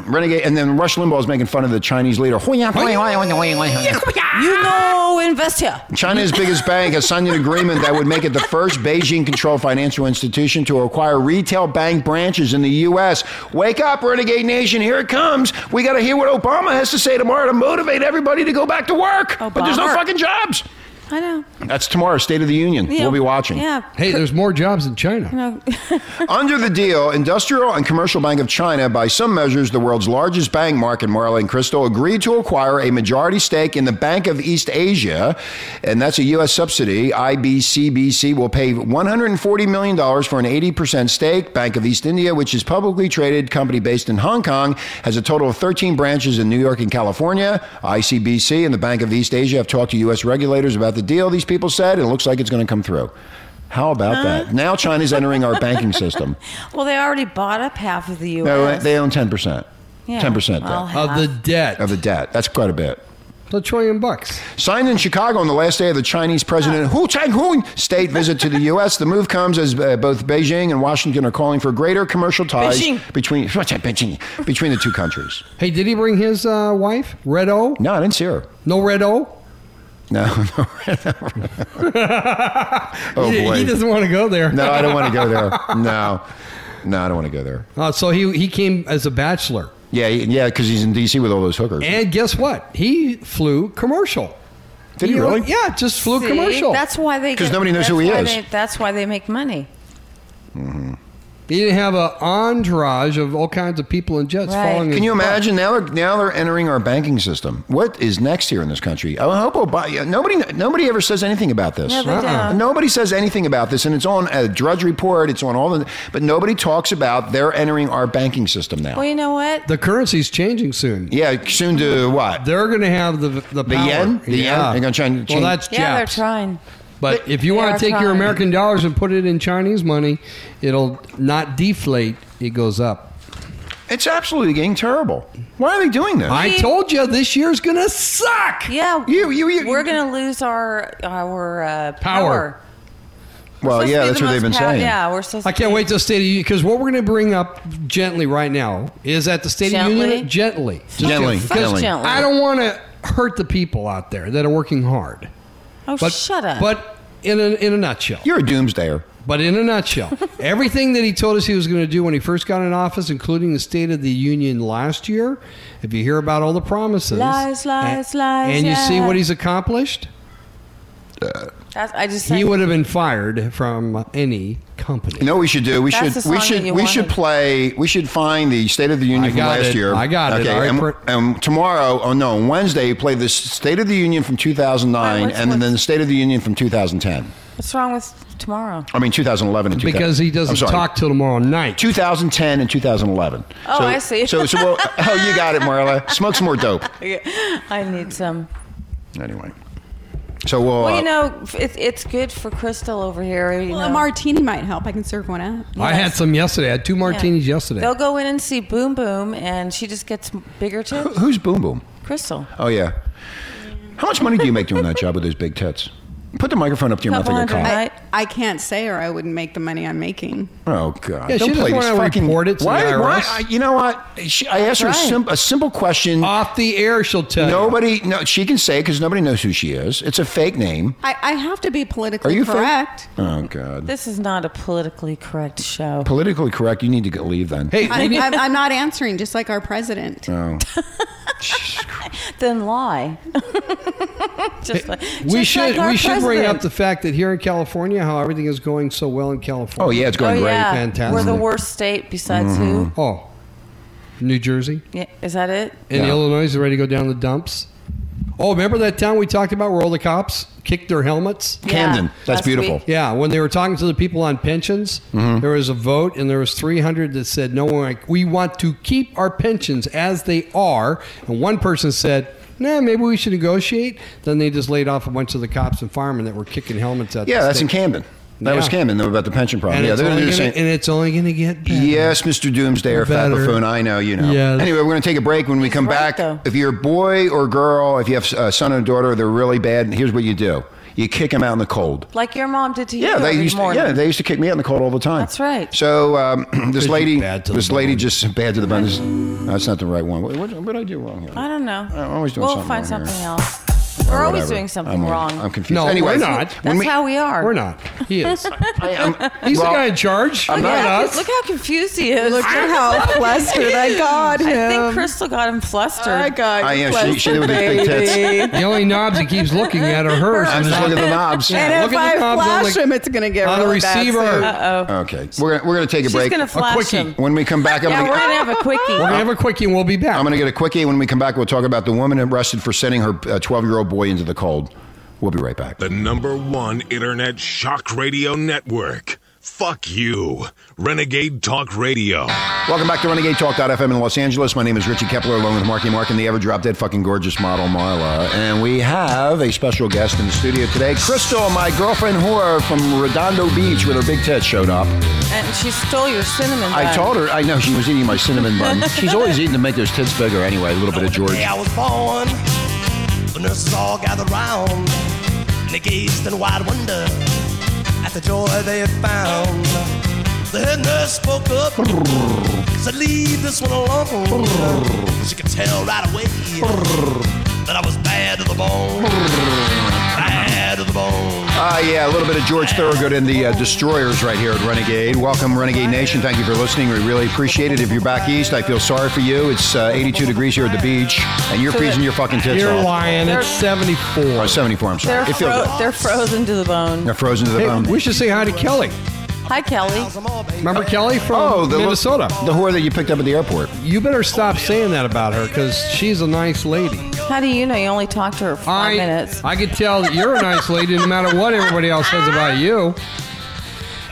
renegade. And then Rush Limbaugh is making fun of the Chinese leader.
you know, invest here.
China's biggest bank has signed an agreement that would make it the first Beijing-controlled financial institution to acquire retail bank branches in the U.S. Wake up, renegade nation! Here it comes. We got to hear what Obama has to say tomorrow to motivate everybody to go back to work. But there's no
Obama.
fucking jobs.
I know.
That's tomorrow, State of the Union.
Yeah.
We'll be watching.
Yeah. Oh,
Hey, there's more jobs in China.
Under the deal, Industrial and Commercial Bank of China, by some measures the world's largest bank market, Marla and Crystal, agreed to acquire a majority stake in the Bank of East Asia, and that's a U.S. subsidy. IBCBC will pay $140 million for an 80% stake. Bank of East India, which is publicly traded company based in Hong Kong, has a total of 13 branches in New York and California. ICBC and the Bank of East Asia have talked to U.S. regulators about the deal, these people said, and it looks like it's going to come through. How about that? Now China's entering our banking system.
Well, they already bought up half of the U.S.
No, they own 10%.
Yeah.
10% though,
Well,
Of the debt.
of the debt. That's quite a bit.
It's a trillion bucks.
Signed in Chicago on the last day of the Chinese President Hu Chang-hoon state visit to the U.S. The move comes as uh, both Beijing and Washington are calling for greater commercial ties
Beijing.
between Beijing, between the two countries.
Hey, did he bring his uh, wife? Red O?
No, I didn't see her.
No Red O?
No, no. oh
he,
boy.
he doesn't want to go there.
no, I don't want to go there. No, no, I don't want to go there.
Uh, so he, he came as a bachelor.
Yeah, yeah, because he's in D.C. with all those hookers.
And guess what? He flew commercial.
Did he really?
Yeah, just flew
See,
commercial.
That's why they
'Cause
get-
nobody knows who
that's
he
why
is.
they- that's why they make money.
he didn't have an entourage of all kinds of people in jets
Right.
following
Can
his
you
butt.
imagine now? They're, now they're entering our banking system. What is next here in this country? Oh, I hope Obama, nobody nobody ever says anything about this.
No, they
Uh-uh.
don't.
Nobody says anything about this, and it's on a Drudge Report. It's on all the, but nobody talks about they're entering our banking system now.
Well, you know what?
The currency's changing soon.
yeah, soon to what?
They're going to have the the,
The
power.
yen? The yen?
yeah.
They're gonna try and
Well,
change-
that's
yeah,
Japs.
they're trying.
But if you
They
want
are
to take your
trying.
American dollars and put it in Chinese money, it'll not deflate. It goes up.
It's absolutely getting terrible. Why are they doing this?
I told you this year's gonna suck.
Yeah,
You- you- you-
we're gonna lose our our uh, power.
Power.
We're
well,
supposed to
yeah,
be
that's
the
what they've
most
been
pow-
saying.
Yeah, we're supposed.
I
to
can't
be
wait till State of Union because what we're going to bring up gently right now is at the State
Gently?
of Union gently.
Just Gently,
Fuck
gently.
gently.
I don't want to hurt the people out there that are working hard.
Oh,
But
shut up.
But in a, in a nutshell.
You're a doomsdayer.
But in a nutshell, everything that he told us he was going to do when he first got in office, including the State of the Union last year, if you hear about all the promises,
Lies, lies,
and,
lies,
and you see
lies.
what he's accomplished,
that.
That's, I just
He
said-
would have been fired from any company.
You know what we should do? We
That's the
should we
song
should
that
we
you
should
wanted.
play we should find the State of the Union
I
from
got
last
it.
year.
I got it.
okay,
All right,
And,
pr-
and tomorrow, oh no, on Wednesday we play the State of the Union from 2009
All right, what's-
and then the State of the Union from 2010.
What's wrong with tomorrow?
I mean 2011 and 2000.
because he doesn't
I'm sorry.
talk till tomorrow night.
2010 and 2011.
Oh,
so,
I see.
So, so we'll, oh, you got it, Marla. Smoke some more dope.
I need some.
Anyway, so we'll.
Well,
uh,
you know, f- it, it's good for Crystal over here. You
Well,
know.
a martini might help. I can serve one out.
I had some yesterday. I had two
Yeah.
martinis yesterday.
They'll go in and see Boom Boom, and she just gets bigger tits.
who's Boom Boom?
Crystal.
Oh yeah. How much money do you make doing that job with those big tits? Put the microphone up to your mouth
Couple
like a
hundred.
cock.
I, I can't say or I wouldn't make the money I'm making.
Oh God!
Yeah, she
Don't
just
play this
wanted to
fucking.
report it to
why?
the
why?
IRS.
I, you know what? She, I asked her a,
right.
sim- a simple question.
Off the air, she'll tell you.
nobody. No, she can say because nobody knows who she is. It's a fake name.
I, I have to be
Are
politically
you fake?
correct.
Oh God!
This is not a politically correct show.
Politically correct. You need to go- leave then.
Hey, we
I,
need-
I'm, I'm not answering, just like our president.
Oh.
then lie. just like,
we
just
should
like our
we should bring up
president.
the fact that here in California, how everything is going so well in California.
oh yeah, it's
Oh
going great.
yeah,
Fantastic.
we're the worst state besides who?
Oh, New Jersey
Mm-hmm.
Yeah, is that it?
and
Yeah.
Illinois is ready to go down the dumps. Oh, remember that town we talked about where all the cops kicked their helmets?
Camden.
Yeah,
That's
last
beautiful.
week.
Yeah, when they were talking to the people on pensions,
Mm-hmm.
there was a vote, and there was 300 that said, "No, we're like, we want to keep our pensions as they are," and one person said. Nah, maybe we should negotiate. Then they just laid off a bunch of the cops and firemen that were kicking helmets at.
Yeah,
the
that's in
state.
Camden. That was
Yeah.
Camden though, about the pension problem.
And,
yeah,
it's
they're
only
going to do the
gonna,
same.
and it's only going to get better.
Yes, Mr. Doomsday or Fat
Better.
Buffoon, I know, you know.
Yes.
Anyway, we're going to take a break. When we come
right,
back,
though.
if you're a boy or girl, if you have a son or daughter, they're really bad, here's what you do. You kick them out in the cold.
Like your mom did to you.
Yeah, they
every
used to,
morning.
yeah, they used to kick me out in the cold all the time.
That's right.
So um, this
you're
lady,
bad to the
this lady
bone.
just bad to the bone. This- That's not the right one. What, what, what did I do wrong here?
I don't know.
I'm always doing
we'll
something
find
wrong here.
something else. We're
Or
always
whatever.
doing something
I'm,
wrong.
I'm confused.
No,
anyway,
we're not.
That's how we are.
We're not. He is.
I am-
He's
well,
the guy in charge.
I'm
Look,
not
how,
us.
look how confused he is.
Look at how flustered I got him.
I think Crystal got him flustered.
got
I am. She- she did with his big tits.
The only knobs he keeps looking at are hers.
I'm just looking at the knobs.
And
Look
if
at
I
the knobs on
flash
the-
him, it's going to get
on the
really bad
receiver.
soon.
Okay, we're gonna, we're gonna take a
She's
break.
gonna flash
quickie.
him.
When we come back, I'm
Yeah,
gonna,
we're gonna have a quickie.
We're gonna have a quickie and we'll be back.
I'm going to get a quickie. When we come back, we'll talk about the woman arrested for sending her 12 year old boy into the cold. We'll be right back.
The number one internet shock radio network. Fuck you. Renegade Talk Radio.
Welcome back to Renegade Talk.fm in Los Angeles. My name is Richie Kepler, along with Marky Mark and the ever drop dead fucking gorgeous model Marla. And we have a special guest in the studio today. Crystal, my girlfriend whore from Redondo Beach with her big tits showed up.
and she stole your cinnamon.
I
bun.
told her, I know she was eating my cinnamon bun. She's always eating to make those tits bigger anyway, a little bit of George.
Day I was born, the nurses all gathered round. They gazed in wide wonder at the joy they had found. The head nurse spoke up, said, Leave this one alone. She could tell right away that I was bad to the bone. Bad to the bone.
Ah, yeah, a little bit of George Thorogood and the uh, Destroyers right here at Renegade. Welcome, Renegade Nation. Thank you for listening. We really appreciate it. If you're back east, I feel sorry for you. It's uh, 82 degrees here at the beach, and you're freezing your fucking tits
You're
off.
lying. It's 74.
Oh, 74, I'm sorry.
They're,
It feels
fro-
good.
they're frozen to the bone.
They're frozen to the
Hey,
bone.
we should say hi to Kelly.
Hi, Kelly.
Remember Kelly from
Oh, the
Minnesota?
The whore that you picked up at the airport.
you better stop saying that about her because she's a nice lady.
How do you know? You only talked to her for five
I,
minutes.
I could tell that you're a nice lady no matter what everybody else says about you.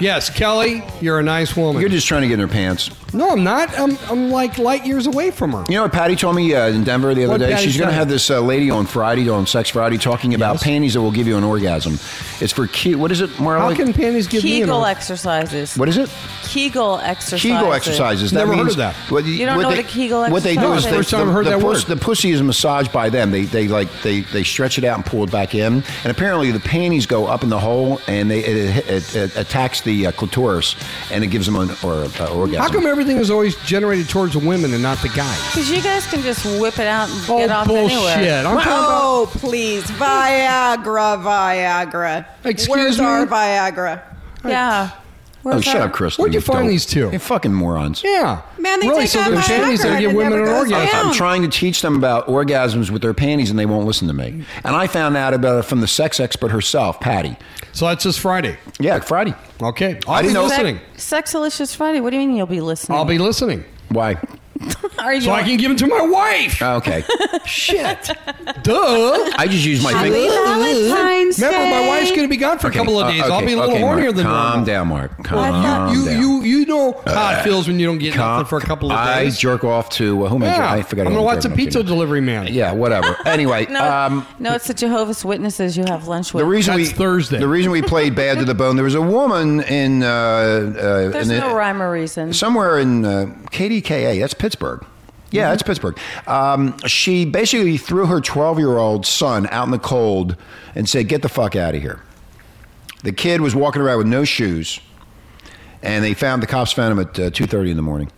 Yes, Kelly, you're a nice woman.
You're just trying to get in her pants.
no, I'm not. I'm, I'm like light years away from her.
You know what Patty told me uh, in Denver the other
What
day?
Patty
She's going to
said?
have this uh, lady on Friday, on Sex Friday, talking about panties that will give you an orgasm. It's for cute. What is it, Marla?
How can panties give me an
Kegel
orgasm?
exercises.
What is it?
Kegel exercises.
Kegel exercises. That
Never heard
means
of that.
What,
You don't know what a Kegel
What they do
exercise
is
is?
they,
First
the,
time I've heard
the
that
puss-
word.
the pussy is massaged by them. They they like they they stretch it out and pull it back in, and apparently the panties go up in the hole and they it, it, it attacks the uh, clitoris and it gives them an or, uh, orgasm.
How come everything is always generated towards the women and not the guys?
Because you guys can just whip it out and get
oh,
off
bullshit.
anywhere.
I'm talking about
Oh, please. Viagra, Viagra.
Excuse
Where's
me?
our Viagra?
Yeah. Where's
oh, shut
that?
up, Kristen.
Where'd you find these two?
You fucking morons.
Yeah.
Man, they
really,
take
so
out
there's
my
panties
record
that give
and it
women an
never goes
orgasm.
down.
I'm trying to teach them about orgasms with their panties, and they won't listen to me. And I found out about it from the sex expert herself, Patty.
So that's just Friday.
Yeah, Friday.
Okay. I'll
didn't
be
know-
listening.
Sex Sexalicious Friday. What do you mean you'll be listening?
I'll be listening.
Why?
Are you
So I can give them to my wife.
Oh, okay.
Shit. Duh.
I just use my finger.
Valentine's
Remember, my
Day.
wife's going to be gone for a couple of
Uh,
days. I'll
okay,
be a little
okay,
hornier
Mark,
than
Calm
normal.
down, Mark. Calm
thought
You,
down. Uh,
you, you know how it feels when you don't get
Calm-
nothing for a couple of
I
days.
jerk off to uh, who am I? jer-
yeah.
I forgot.
I'm
who
a what's a
jerking off
pizza
to.
delivery man.
Yeah, whatever. Anyway,
No,
um,
no, it's the Jehovah's Witnesses you have lunch with.
the reason
That's
we
Thursday.
the reason we played Bad to the Bone. There was a woman in uh, uh,
There's
in the-
no rhyme or reason.
somewhere in uh, KDKA. That's Pittsburgh. Yeah, that's Pittsburgh. Um, she basically threw her 12 year old son out in the cold and said, "Get the fuck out of here." The kid was walking around with no shoes, and they found the cops found him at uh, 2:30 in the morning.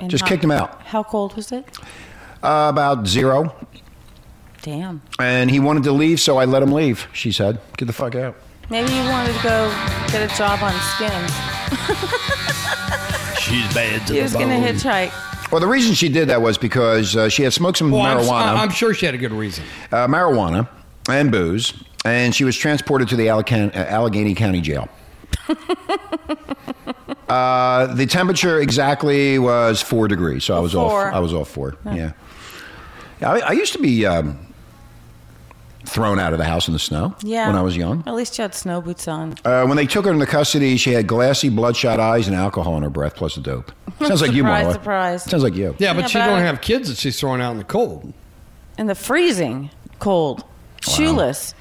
And
just
how-
kicked him out.
How cold was it?
Uh, about zero,
Damn.
and he wanted to leave, so I let him leave. She said, "Get the fuck out."
Maybe you wanted to go get a job on Skims.
She's bad
He was going to hitchhike.
Well, the reason she did that was because uh, she had smoked some
Well, I'm-
marijuana.
I'm sure she had a good reason.
uh, marijuana and booze, and she was transported to the Allecan- uh, Allegheny County Jail. uh, the temperature exactly was four degrees, so I was
Four.
off. I was off four. Yeah, Yeah, I, I used to be um, thrown out of the house in the snow
Yeah. Oh.
when I was young.
At least you had snow boots on.
Uh, when they took her into custody, she had glassy, bloodshot eyes and alcohol in her breath, plus a dope. Sounds like you,
Surprise,
Marla.
surprise.
Sounds like you.
Yeah, but
Yeah,
she
but I
don't
don't-
have kids that she's throwing out in the cold.
In the freezing cold. Shoeless.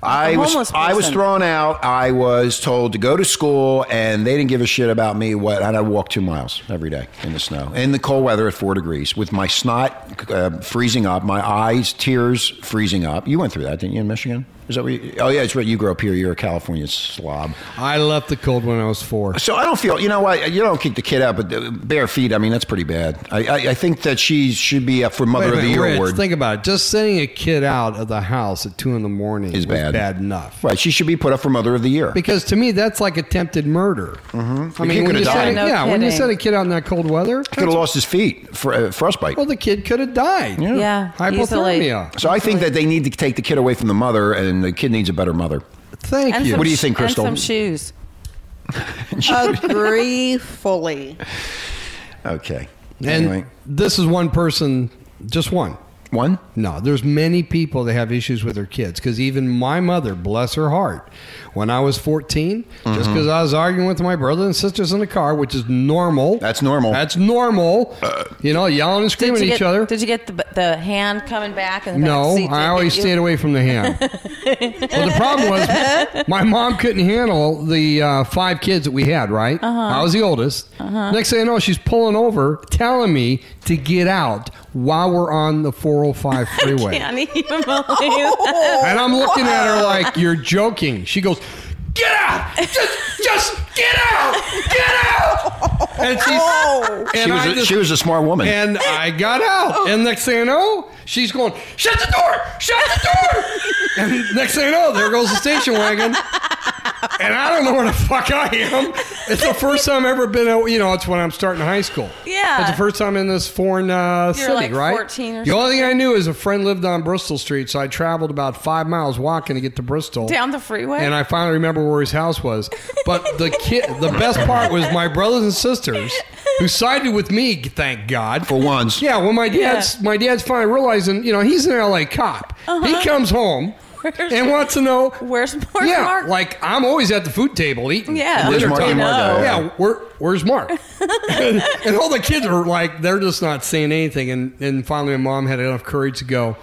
I
a
was
homeless
I was
person.
thrown out. I was told to go to school, and they didn't give a shit about me. What? And I walked two miles every day in the snow, in the cold weather at four degrees, with my snot uh, freezing up, my eyes, tears freezing up. You went through that, didn't you, in Michigan? Is that where? You, oh yeah, it's right. You grew up here. You're a California slob.
I left the cold when I was four.
So I don't feel. You know what? You don't kick the kid out, but uh, bare feet. I mean, that's pretty bad. I I, I think that she should be up for Mother
Wait a
of the
minute,
Year
Rich,
award.
Think about it. Just sending a kid out of the house at two in the morning
is
was
bad.
enough.
Right. She should be put up for Mother of the Year.
Because to me, that's like attempted murder. Mm-hmm. I mean,
kid
when
could've
you,
died.
send,
No
yeah, when you
kidding.
send a kid out in that cold weather,
Could have lost his feet. Fr- uh, frostbite.
well, the kid could have died.
Yeah.
Yeah. Easily.
Hypothermia.
So I think that they need to take the kid away from the mother, and the kid needs a better mother.
Thank
And
you.
some
What do you
sh-
think, Crystal?
And some shoes.
Agree fully.
Okay.
and
anyway,
this is one person, just one.
one.
No, there's many people that have issues with their kids because even my mother, bless her heart, when I was 14, just because I was arguing with my brother and sisters in the car, which is normal.
That's normal.
That's normal. you know, yelling and
Did
screaming at
you
each
get,
other.
Did you get the, the hand coming back? And the
No,
back seat?
I always
You-
stayed away from the ham. well, the problem was my mom couldn't handle the uh, five kids that we had. Right, uh-huh. I was the oldest. Uh-huh. Next thing I know, she's pulling over, telling me to get out while we're on the 405 freeway,
Can't even believe
and I'm looking at her like, "You're joking." She goes. Get out! Just, just get out! Get out! And she's, and
She was,
I
a,
just-
she was a smart woman.
and I got
Oh.
out. And next thing I know, she's going, shut the door, shut the door. and next thing I know, there goes the station wagon. And I don't know where the fuck I am. It's the first time I've ever been, out- you know, it's when I'm starting high school.
Yeah.
It's the first time in this foreign uh,
You're
city,
like
right?
14 or
the only thing I knew is a friend lived on Bristol Street, so I traveled about five miles walking to get to Bristol.
Down the freeway?
And I finally remember where his house was. But the kid, the best part was my brothers and sisters who sided with me, thank God.
for once.
Yeah, well, my dad's my dad's finally realizing, you know, he's an LA cop. He comes home
Where's-
and wants to know.
Where's Mark?
yeah,
Mark?
like I'm always at the food table eating.
Yeah.
at
Where's
dinner
Mark and
time.
Oh.
Margo?
Yeah, where, where's Mark? and, all the kids are like, they're just not saying anything. And and finally, my mom had enough courage to go.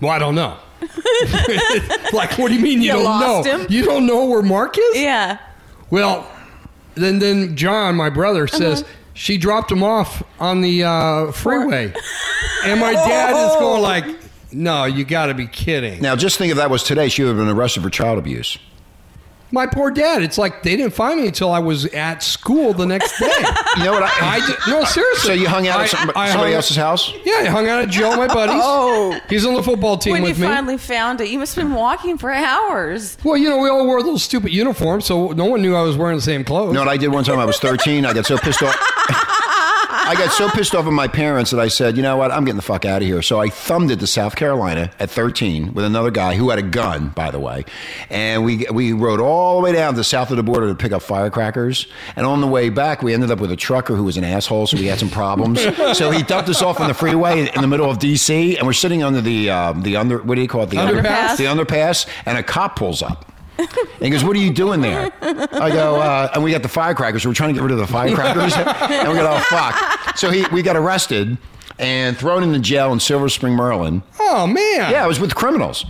Well, I don't know. like, what do you mean you,
You
don't
lost
know?
him?
You don't know where Mark is?
yeah.
Well, then then John, my brother,
Uh-huh.
says she dropped him off on the uh, freeway, and my dad is
Oh.
going like, "No, you got to be kidding."
Now, just think if that was today, she would have been arrested for child abuse.
My poor dad. It's like they didn't find me until I was at school the next day.
You know what? I,
I ju- no, seriously.
So you hung out
I-
at somebody,
I
somebody
hung-
else's house?
Yeah, I hung out at Joe, my buddies.
Oh.
he's on the football team
When you
with me.
finally found it, you must have been walking for hours.
well, you know, we all wore those stupid uniforms, so no one knew I was wearing the same clothes.
You know what I did one time? I was 13. I got so pissed off. I got so pissed off at my parents that I said, you know what? I'm getting the fuck out of here. So I thumbed it to South Carolina at 13 with another guy who had a gun, by the way. And we, we rode all the way down to south of the border to pick up firecrackers. And on the way back, we ended up with a trucker who was an asshole, so we had some problems. so he dumped us off on the freeway in the middle of D.C., and we're sitting under the, um, the under, what do you call it? The
Underpass.
The underpass, and a cop pulls up. And he goes, What are you doing there? I go, uh, And we got the firecrackers. We're trying to get rid of the firecrackers. and we got, Oh, fuck. So he, we got arrested and thrown into jail in Silver Spring, Maryland.
oh man.
Yeah, I was with criminals.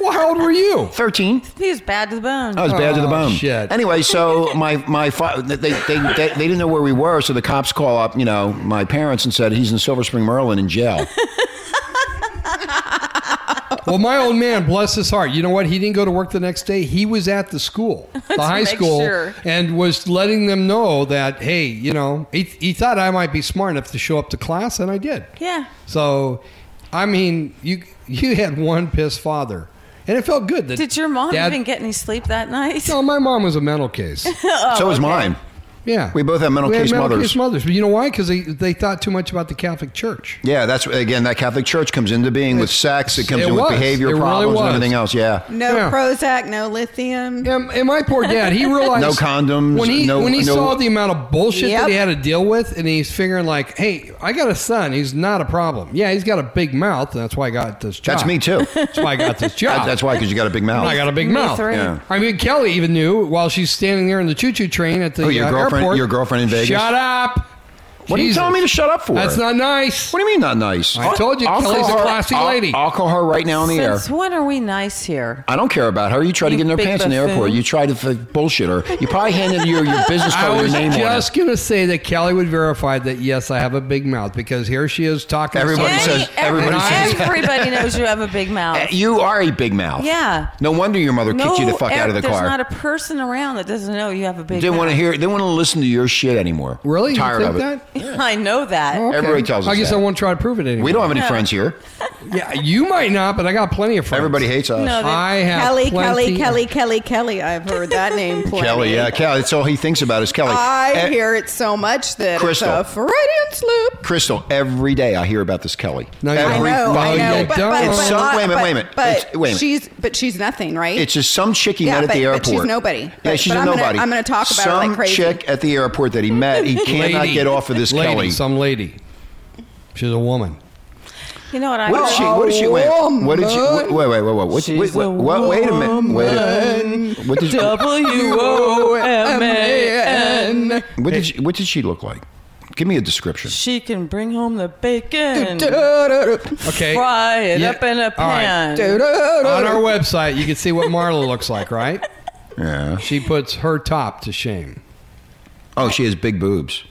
Well, how old were you?
13.
He was bad to the bone.
I was bad to the bone.
Oh, shit.
Anyway, so my my fa- they, they, they they didn't know where we were, so the cops call up, you know, my parents and said he's in Silver Spring, Maryland, in jail.
Well, my old man, bless his heart, you know what? He didn't go to work the next day. He was at the school, the high
make
school,
sure.
and was letting them know that, hey, you know, he, he thought I might be smart enough to show up to class, and I did.
Yeah.
So, I mean, you you had one pissed father, and it felt good. That
Did your mom
Dad-
even get any sleep that night?
No, my mom was a mental case.
so was mine.
Yeah,
We both have mental
We had
case mothers.
case mothers, but you know why? Because they they thought too much about the Catholic Church.
Yeah, that's again that Catholic Church comes into being with sex. It comes
It
in
was.
with behavior
It really
problems
was.
and everything else. Yeah.
No
Yeah.
Prozac, no lithium.
And, and my poor dad, he realized
No condoms,
when he
no-
when he
no-
saw the amount of bullshit
Yep.
that he had to deal with, and he's figuring like, hey, I got a son. He's not a problem. Yeah, he's got a big mouth, and that's why I got this job.
That's me too.
That's why I got this job.
That's why, because you got a big mouth.
I got a big
Me
mouth.
three.
Yeah.
I mean, Kelly even knew while she's standing there in the choo-choo train at the
Oh, your
uh,
girlfriend-
airport.
your girlfriend in Vegas?
Shut up!
What are you
Jesus.
telling me to shut up for?
That's not nice.
What do you mean not nice?
I told you,
call
Kelly's a
her-
classy
I'll-
lady.
I'll call her right now on the air.
Since when are we nice here?
I don't care about her. You try to
You
get in her
big
pants in the
buffoon.
airport. You try to f- bullshit her. You probably handed your your business
I
card with
was
your name
just gonna say that Kelly would verify that yes, I have a big mouth because here she is talking. to
Everybody
somebody.
says- everybody
every-
says-
everybody knows you have a big
on
mouth.
it. Eh, You are a big mouth.
Yeah.
No wonder your mother kicked you the fuck
ev-
out of the
there's
car.
not a person around that doesn't know you have a big
didn't
mouth.
want to hear. Didn't want to listen to your shit anymore.
"Really, you
tired
think
of it.
that?"
I know that.
Okay.
Everybody tells us
I guess
that.
I won't try to prove it anymore.
We don't have any friends here.
Yeah, you might not, but I got plenty of friends.
Everybody hates us.
No,
I have
Kelly, Kelly,
plenty-
Kelly, Kelly, Kelly. I've heard that name plenty.
Kelly, yeah, Kelly. That's all he thinks about is Kelly.
I
Eh,
hear it so much that
Crystal.
it's a Freudian sloop.
Crystal, every day I hear about this Kelly.
No, you
every
I know, I
fucking
know,
day.
but, but,
don't.
but,
it's some,
but-
wait a minute,
but-
wait a minute.
But
it's, wait a minute.
she's but she's nothing, right?
It's just some chick he
Yeah,
met at
but-
the
but
airport.
she's nobody.
Yeah,
But-
she's
but
a
I'm gonna-
nobody.
I'm gonna talk about her
some
like crazy.
chick at the airport that he met. He cannot
Lady.
get off of this
Lady,
Kelly.
Some lady. She's a woman.
You know what I
What did she?
know?
What did she? Wait. What did she? Wait,
woman.
wait, wait, wait. What? What?
She's
Wait,
a
wait, what wait a minute. Wait a minute. What did she?
W O M A N.
What did she? What did she look like? Give me a description.
She can bring home the bacon,
Okay.
fry it
Yeah.
up in a
All right.
pan.
On our website, you can see what Marla looks like, right?
Yeah.
She puts her top to shame.
Oh, she has big boobs.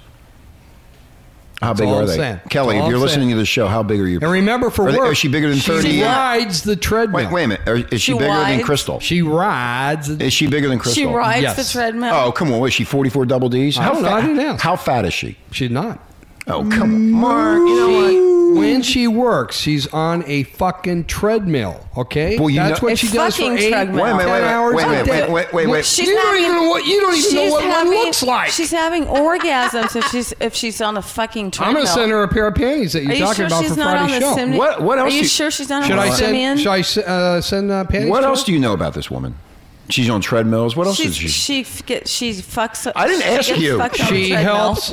How big
all
are
I'm
they,
saying.
Kelly?
That's
If
all
you're
I'm
listening
saying.
to this show, how big are you?
And remember, for
Are they-
work,
is she bigger than
She
38?
rides the treadmill.
Wait, wait a minute. Are- Is she,
She
bigger than
rides-
Crystal?
She rides.
Is she bigger than Crystal?
She rides
Yes.
the treadmill.
Oh, come on. Was she 44 double Ds?
I don't know. I didn't ask.
How fat is she?
She's not.
Oh, come on. Mark, you know what?
When she works, she's on a fucking treadmill. Okay,
Well, you
that's
know-
what
It's
she does for
fucking
eight,
treadmill.
Wait a minute,
ten
wait a minute,
hours
wait a
a
minute,
day.
wait, wait, wait, wait.
She's
you
not
don't even
even-
know what you don't even know
She's
what
having,
one looks like.
She's having orgasms if she's if she's on a fucking treadmill.
I'm gonna send her a pair of panties that you're
Are you
talking
sure
about
she's
for
not on
Friday's
the
show.
Symbian?
What- what else
Are you
you-
sure she's not on
Should
the
I
Symbian?
send? Should I s- uh, send uh, panties?
What
to her?
else do you know about this woman? She's on treadmills. What else
She's,
is she?
she f- get she fucks.
I didn't
she
ask
gets
you.
fucked on the
She
treadmill.
helps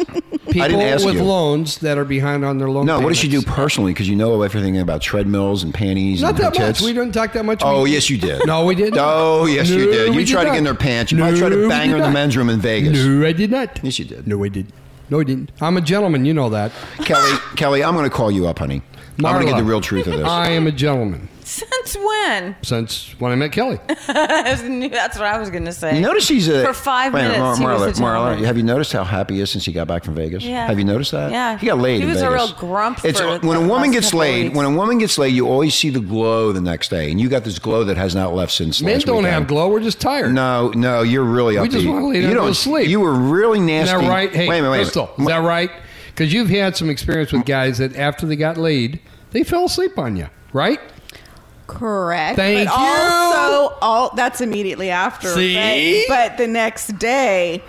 people
ask
with
you.
loans that are behind on their loan.
no, what does she do
payments.
personally? Because you know everything about treadmills and panties
Not
and her
that much.
tits.
We didn't talk that much.
Oh,
We-
yes, you did.
No, we didn't.
Oh, yes, you
No,
did.
we
You
did
tried to
not.
get in her pants. You probably tried to
No, we
bang her
did
in the
not.
men's room in Vegas.
No, I did not.
Yes, you did.
No, I did. No, I didn't. I'm a gentleman. You know that.
Kelly, Kelly, I'm going to call you up, honey. I'm going to
Marla.
get the real truth of this.
I am a gentleman.
Send Since when?
since when I met Kelly.
That's what I was going to say.
Notice he's a
For five
Wait a minute,
minutes, he
Marla,
was a
Marla,
gentleman.
have you noticed how happy he is since he got back from Vegas?
Yeah.
Have you noticed that?
Yeah.
He got laid.
He
in
was a
Vegas.
real grump
It's
for
when a
the
woman
last
gets
couple of
laid.
weeks.
When a woman gets laid, you always see the glow the next day, and you got this glow that has not left since.
Men
last
don't
weekend.
have glow. We're just tired.
No, no, you're really upbeat.
We just want to lay down
you
and go
don't
to sleep.
You were really
Is
nasty.
that right? Hey,
wait a minute, wait. a
Crystal,
minute.
is that right? Because you've had some experience with guys that after they got laid, they fell asleep on you, right?
Correct.
Thank
but
you.
Also, all that's immediately after. but-
See?
But, the next day,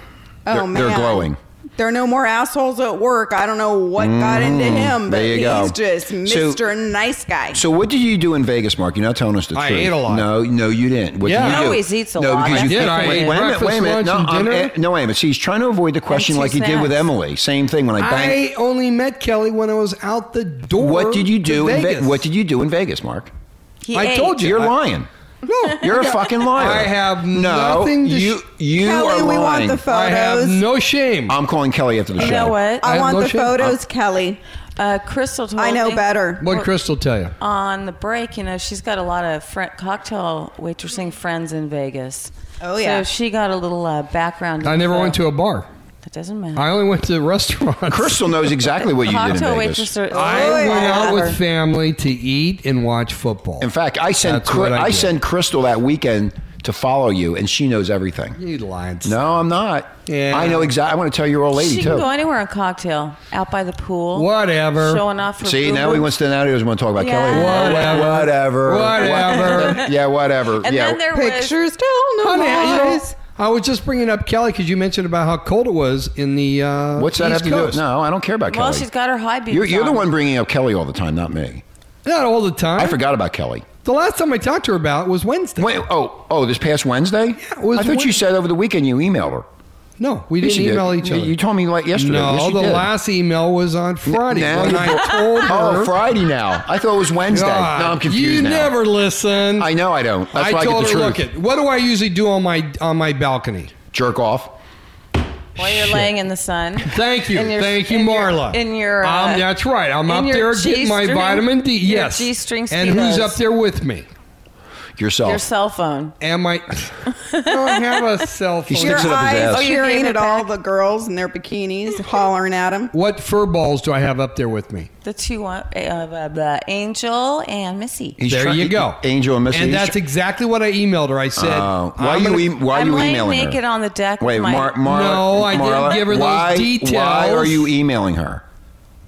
oh
They're-
man,
they're glowing.
There are no more assholes at work. I don't know what got into him, but
Mm-hmm. there you
he's
go.
just
So-
Mr. nice guy.
So what did you do in Vegas, Mark? You're not telling us the
I
truth.
ate a lot.
No, no, you didn't. What
Yeah.
did you
He
do?
always eats a
no,
lot.
Because
I
you
did. I
wait,
ate
wait a minute,
breakfast,
wait a minute. No,
lunch, and
I'm-
dinner.
eh, no, wait a minute. See, he's trying to avoid the question
two
like he did with
snacks.
Emily. Same thing when I banged.
I only met Kelly when I was out the door.
what did you do?
to
In Ve-
Vegas.
what did you do in Vegas, Mark?
He
I
ate.
told you.
You're
I-
lying.
No,
You're a fucking liar.
I have
no,
nothing to
you
sh-
you
Kelly,
are
we want
lying.
the photos.
I have no shame.
I'm calling Kelly after the show.
You know what?
I
I
have
want
no
the
shame.
photos, Kelly.
Uh, Crystal told
I know
me
better.
what did Crystal tell you?
uh,
on the break. You know, she's got a lot of fr- cocktail waitressing friends in Vegas.
Oh, yeah.
So she got a little uh, background.
I never went to a bar.
That doesn't matter.
I only went to restaurants.
Crystal knows exactly what you did in
Cocktail
Vegas.
waitress. Are,
I
Oh,
went
yeah.
out with family to eat and watch football.
In fact, I sent
That's
Cri-
what
I,
I did.
send Crystal that weekend to follow you, and she knows everything.
you lying.
No, I'm not.
Yeah.
I know exactly. I want to tell your old lady
she
too.
can go anywhere and cocktail out by the pool.
Whatever.
Showing off. Her
See, now
boo-boo.
he wants to. Now he doesn't want to talk about
Yeah.
Kelly.
Whatever.
Whatever.
Whatever.
yeah. Whatever.
And
yeah.
then there was.
Pictures tell no
Honey, you know,
lies.
I was just bringing up Kelly because you mentioned about how cold it was in the. Uh,
What's that
East
have to do?
Coast.
with- No, I don't care about Kelly.
Well, she's got her high beams.
You're, you're the
on.
one bringing up Kelly all the time, not me.
Not all the time.
I forgot about Kelly.
The last time I talked to her about it was Wednesday.
Wait, oh, oh, this past Wednesday?
it was
I thought you
Wednesday.
said over the weekend you emailed her.
No, we
Yes,
didn't
you did.
email each
You-
other.
you told me, like, yesterday.
No,
Yes, you
the
did.
last email was on Friday
Now
when
you-
I told her.
Oh, Friday now. I thought it was Wednesday.
God,
no, I'm confused
You
now.
never listen.
I know I don't. That's
I
why I get
told
the
her,
truth.
look it. What do I usually do on my on my balcony?
Jerk off.
While you're laying in the sun.
Thank you,
In your-
thank you,
in your-
Marla.
in your,
um,
uh,
that's right. I'm
in
up
your
there getting my
G-string-
vitamin D.
your
Yes,
G-string
And who's
speedos.
up there with me?
Yourself.
Your cell phone.
Am I? I don't have a cell phone.
sticks
Your
Sticks it up his ass.
eyes
Oh,
you're
cheering
getting
at
it
all
back?
the girls in their bikinis, hollering at them.
What fur balls do I have up there with me?
The two, uh, uh, uh, Angel and Missy.
He's
there
trying-
you go.
Angel and Missy.
And
He's
that's
tr-
exactly what I emailed her. I said,
Oh, why
I'm
you
gonna-
em- why
I'm
you
laying
emailing her?
naked on the deck with
Wait,
my-
Mar- Marla.
No, I didn't
Marla,
give her those
why, Why
details.
are you emailing her?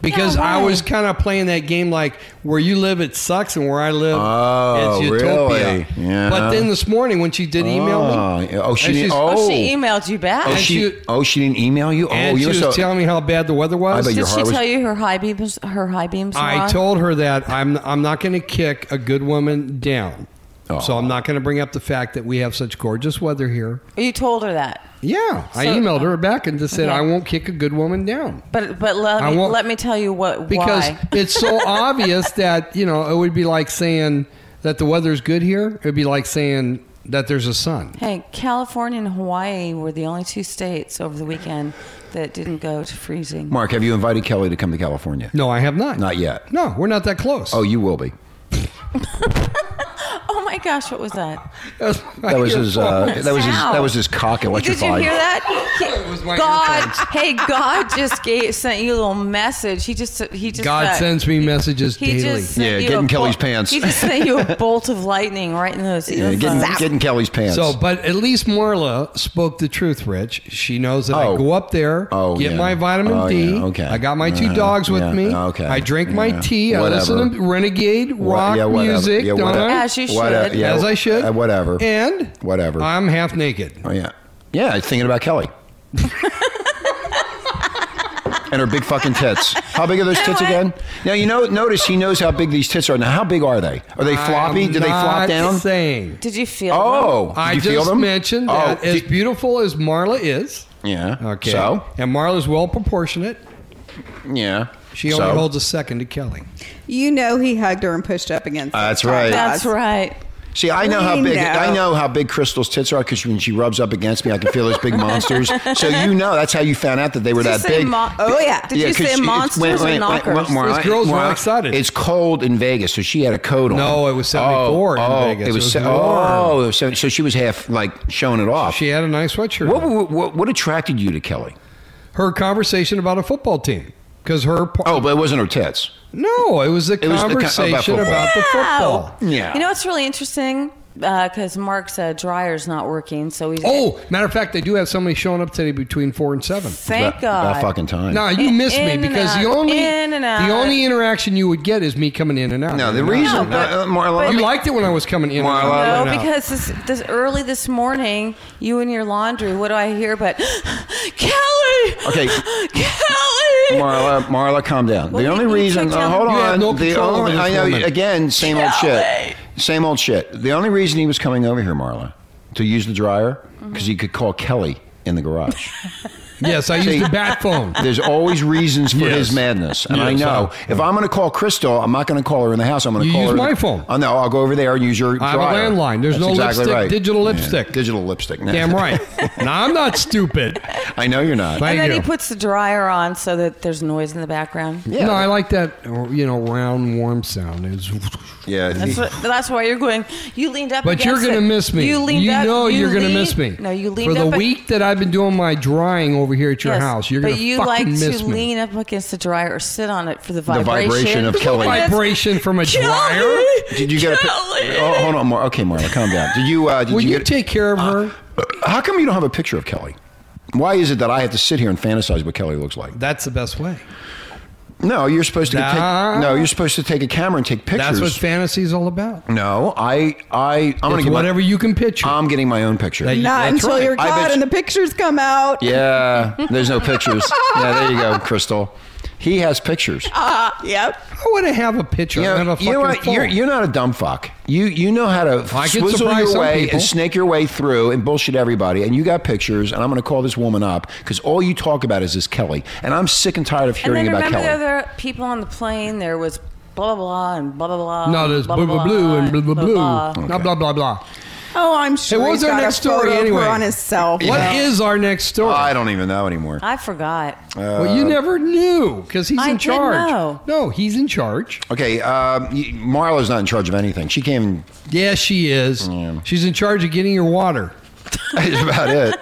because
Yeah,
I
why?
was kind of playing that game like where you live it sucks and where I live
Oh,
it's utopia.
really? Yeah.
But then this morning when she did email
Oh,
me,
yeah. oh, she
and
didn't.
she's-
Oh,
Oh, she emailed you back.
Oh,
and
she,
she-
oh, she didn't email you.
and
oh,
she
you're
was
so.
telling me how bad the weather was.
I bet
Did
your
she
heart was-
tell you her high beams? Her high beams. were
I
on?
told her that I'm I'm not going to kick a good woman down.
Oh.
So I'm not going to bring up the fact that we have such gorgeous weather here.
You told her that.
Yeah, I
So-
emailed her back and just said
Okay.
I won't kick a good woman down.
But but let
I
me,
won't-
let me tell you what
because
why.
it's so obvious that you know it would be like saying that the weather's good here. It would be like saying that there's a sun.
Hey, California and Hawaii were the only two states over the weekend that didn't go to freezing.
Mark, have you invited Kelly to come to California?
No, I have not.
Not yet.
No, we're not that close.
Oh, you will be.
Oh my gosh, what was that?
that
That was his. Uh, that was his.
Ow.
That was his cock
Did you
electrified.
hear that?
was my
God,
earphones.
hey, God just gave, sent you a little message. He just he just
God
uh,
sends me messages
he
daily.
just sent
Yeah,
you
get
a
in Kelly's
bolt-
pants.
He just sent you a bolt of lightning right in those
Yeah,
earphones.
getting, getting Kelly's pants.
So, but at least Marla spoke the truth, Rich. She knows that
Oh.
I go up there,
Oh,
get
yeah.
my vitamin
Oh,
D.
yeah, okay.
I got my two
Uh-huh.
dogs with
Yeah,
me.
okay,
I drink my
yeah.
tea.
Whatever.
I listen to renegade
Wha-
rock
yeah, whatever.
music,
Yeah,
don't
whatever.
I?
As you should.
Whatever. Yeah.
As I should.
Uh, whatever.
And
Whatever.
I'm half naked.
oh yeah. Yeah, I was thinking about Kelly. and her big fucking tits. How big are those tits
what?
again? Now you know. Notice he knows how big these tits are. Now how big are they? Are they floppy?
I'm
Did they flop
not
down?
Saying.
Did you feel?
Oh, did
I
you
just
feel them?
mentioned
oh,
that as
did-
beautiful as Marla is,
yeah.
okay,
So
and Marla's well proportionate.
yeah.
She
so,
only holds a second to Kelly.
You know he hugged her and pushed up against.
Uh,
her.
that's right.
That's right.
See, I know how
We
big
know.
I know how big Crystal's tits are because when she rubs up against me, I can feel those big monsters. So you know that's how you found out that they were
Did you
that
say
big.
mon-
Oh, yeah.
Did you
'cause
say
it's-
monsters
wait,
or
wait, wait,
knockers?
wait, Maura,
Those girls were
Maura,
excited.
It's cold in Vegas, so she had a coat on.
No, it was 74 in
oh,
Vegas.
It
It
was,
was
se- oh, so, so she was half like showing it off.
She had a nice sweatshirt.
what,
on.
what, what, what attracted you to Kelly?
Her conversation about a football team. Because her. par-
Oh, but it wasn't her tits.
No, it was the
was the co- about
conversation
football.
about the
Wow.
football.
Oh, Yeah.
You know what's really interesting? Because Mark's uh, dryer's not working, so he's.
Oh, matter of fact, they do have somebody showing up today between four and seven.
thank
About-
God.
About fucking time.
No, you
In-
missed me
in and
because the
out,
only
in and out.
the only interaction you would get is me coming in and out.
No, the
In and out,
reason,
in and out.
uh, uh, Marla,
but-
let
you
me-
liked it when I was coming in. and out,
Marla.
in
No,
and out.
because this, this early this morning, you and your laundry. What do I hear? But Kelly.
Okay.
Kelly.
Marla, Marla, calm down.
Well,
the
you-
only
you
reason,
can't
uh,
tell
hold
me.
You have
on.
no
the
control
only,
over
I
this
know,
woman.
again, same old shit, same old shit. The only reason he was coming over here, Marla, to use the dryer, because he could call Kelly in the garage.
yes, I
See,
used the bat phone.
There's always reasons for his madness, and I
Yes,
know
I-
if I'm going to call Crystal, I'm not going to call her in the house. I'm going to
You
call
use
her.
my phone.
Oh no, I'll go over there and use your.
I have a
dryer.
landline. There's
That's
no
exactly
lipstick,
Right.
digital
Yeah,
lipstick.
Digital lipstick. No.
Damn right. now I'm not stupid.
I know you're not.
Thank
And then
you.
he puts the dryer on so that there's noise in the background.
Yeah.
No, I like that you know round warm sound. It's,
Yeah.
That's, what, that's why you're going. You leaned up.
but you're
against
gonna
it.
miss me.
You leaned up.
know
you
are gonna
lean-
miss me.
No, you leaned
for
up
the
a-
week that I've been doing my drying over here at your
Yes,
house. You're
but
gonna
you
fucking
like
miss
to
me.
lean up against the dryer or sit on it for the
The
vibration.
vibration of Kelly.
Vibration from a
Kelly!
dryer.
Did you get a? pic-
Kelly!
Oh, hold on, Mar- okay, Marla, calm down. Did you? Uh, did
Will
you,
you,
get-
take care of her?
How come you don't have a picture of Kelly? Why is it that I have to sit here and fantasize what Kelly looks like?
That's the best way.
No, you're supposed to
Nah.
take, no, you're supposed to take a camera and take pictures.
That's what fantasy is all about.
no, I I I'm gonna
It's
get my-
whatever you can picture.
I'm getting my own picture.
That you-
Not
That's
until
right.
you're
I bet
caught and
you-
the pictures come out.
yeah, there's no pictures. yeah, there you go, Crystal. He has pictures.
Ah, Yep.
I want to have a picture.
You
I
know,
don't have Oh, a
you know
fucking
what? You're,
phone.
you're not a dumb fuck. You you know how to
I can
swizzle
surprise
your
some
way
people.
and snake your way through and bullshit everybody. And you got pictures. And I'm going to call this woman up because all you talk about is this Kelly. And I'm sick and tired of
And
hearing
then
about
remember
Kelly.
the other people on the plane. There was blah blah blah and blah blah blah.
no,
and
there's
blah
blue, blue, blue, and blue, blue, blue.
blah.
Not blah, blah, blah.
Oh, I'm sure.
Hey, what was
he's
our
got
next
a photo
story
of her
anyway?
On his cell.
What is
phone.
our next story?
I Uh, don't even know anymore.
I forgot.
Um,
well, you never knew because he's
I
in
did
charge.
know.
No, he's in charge.
Okay, um, y- Marla's not in charge of anything. She came.
Yes, she is. She's in charge of getting your water.
That's about it.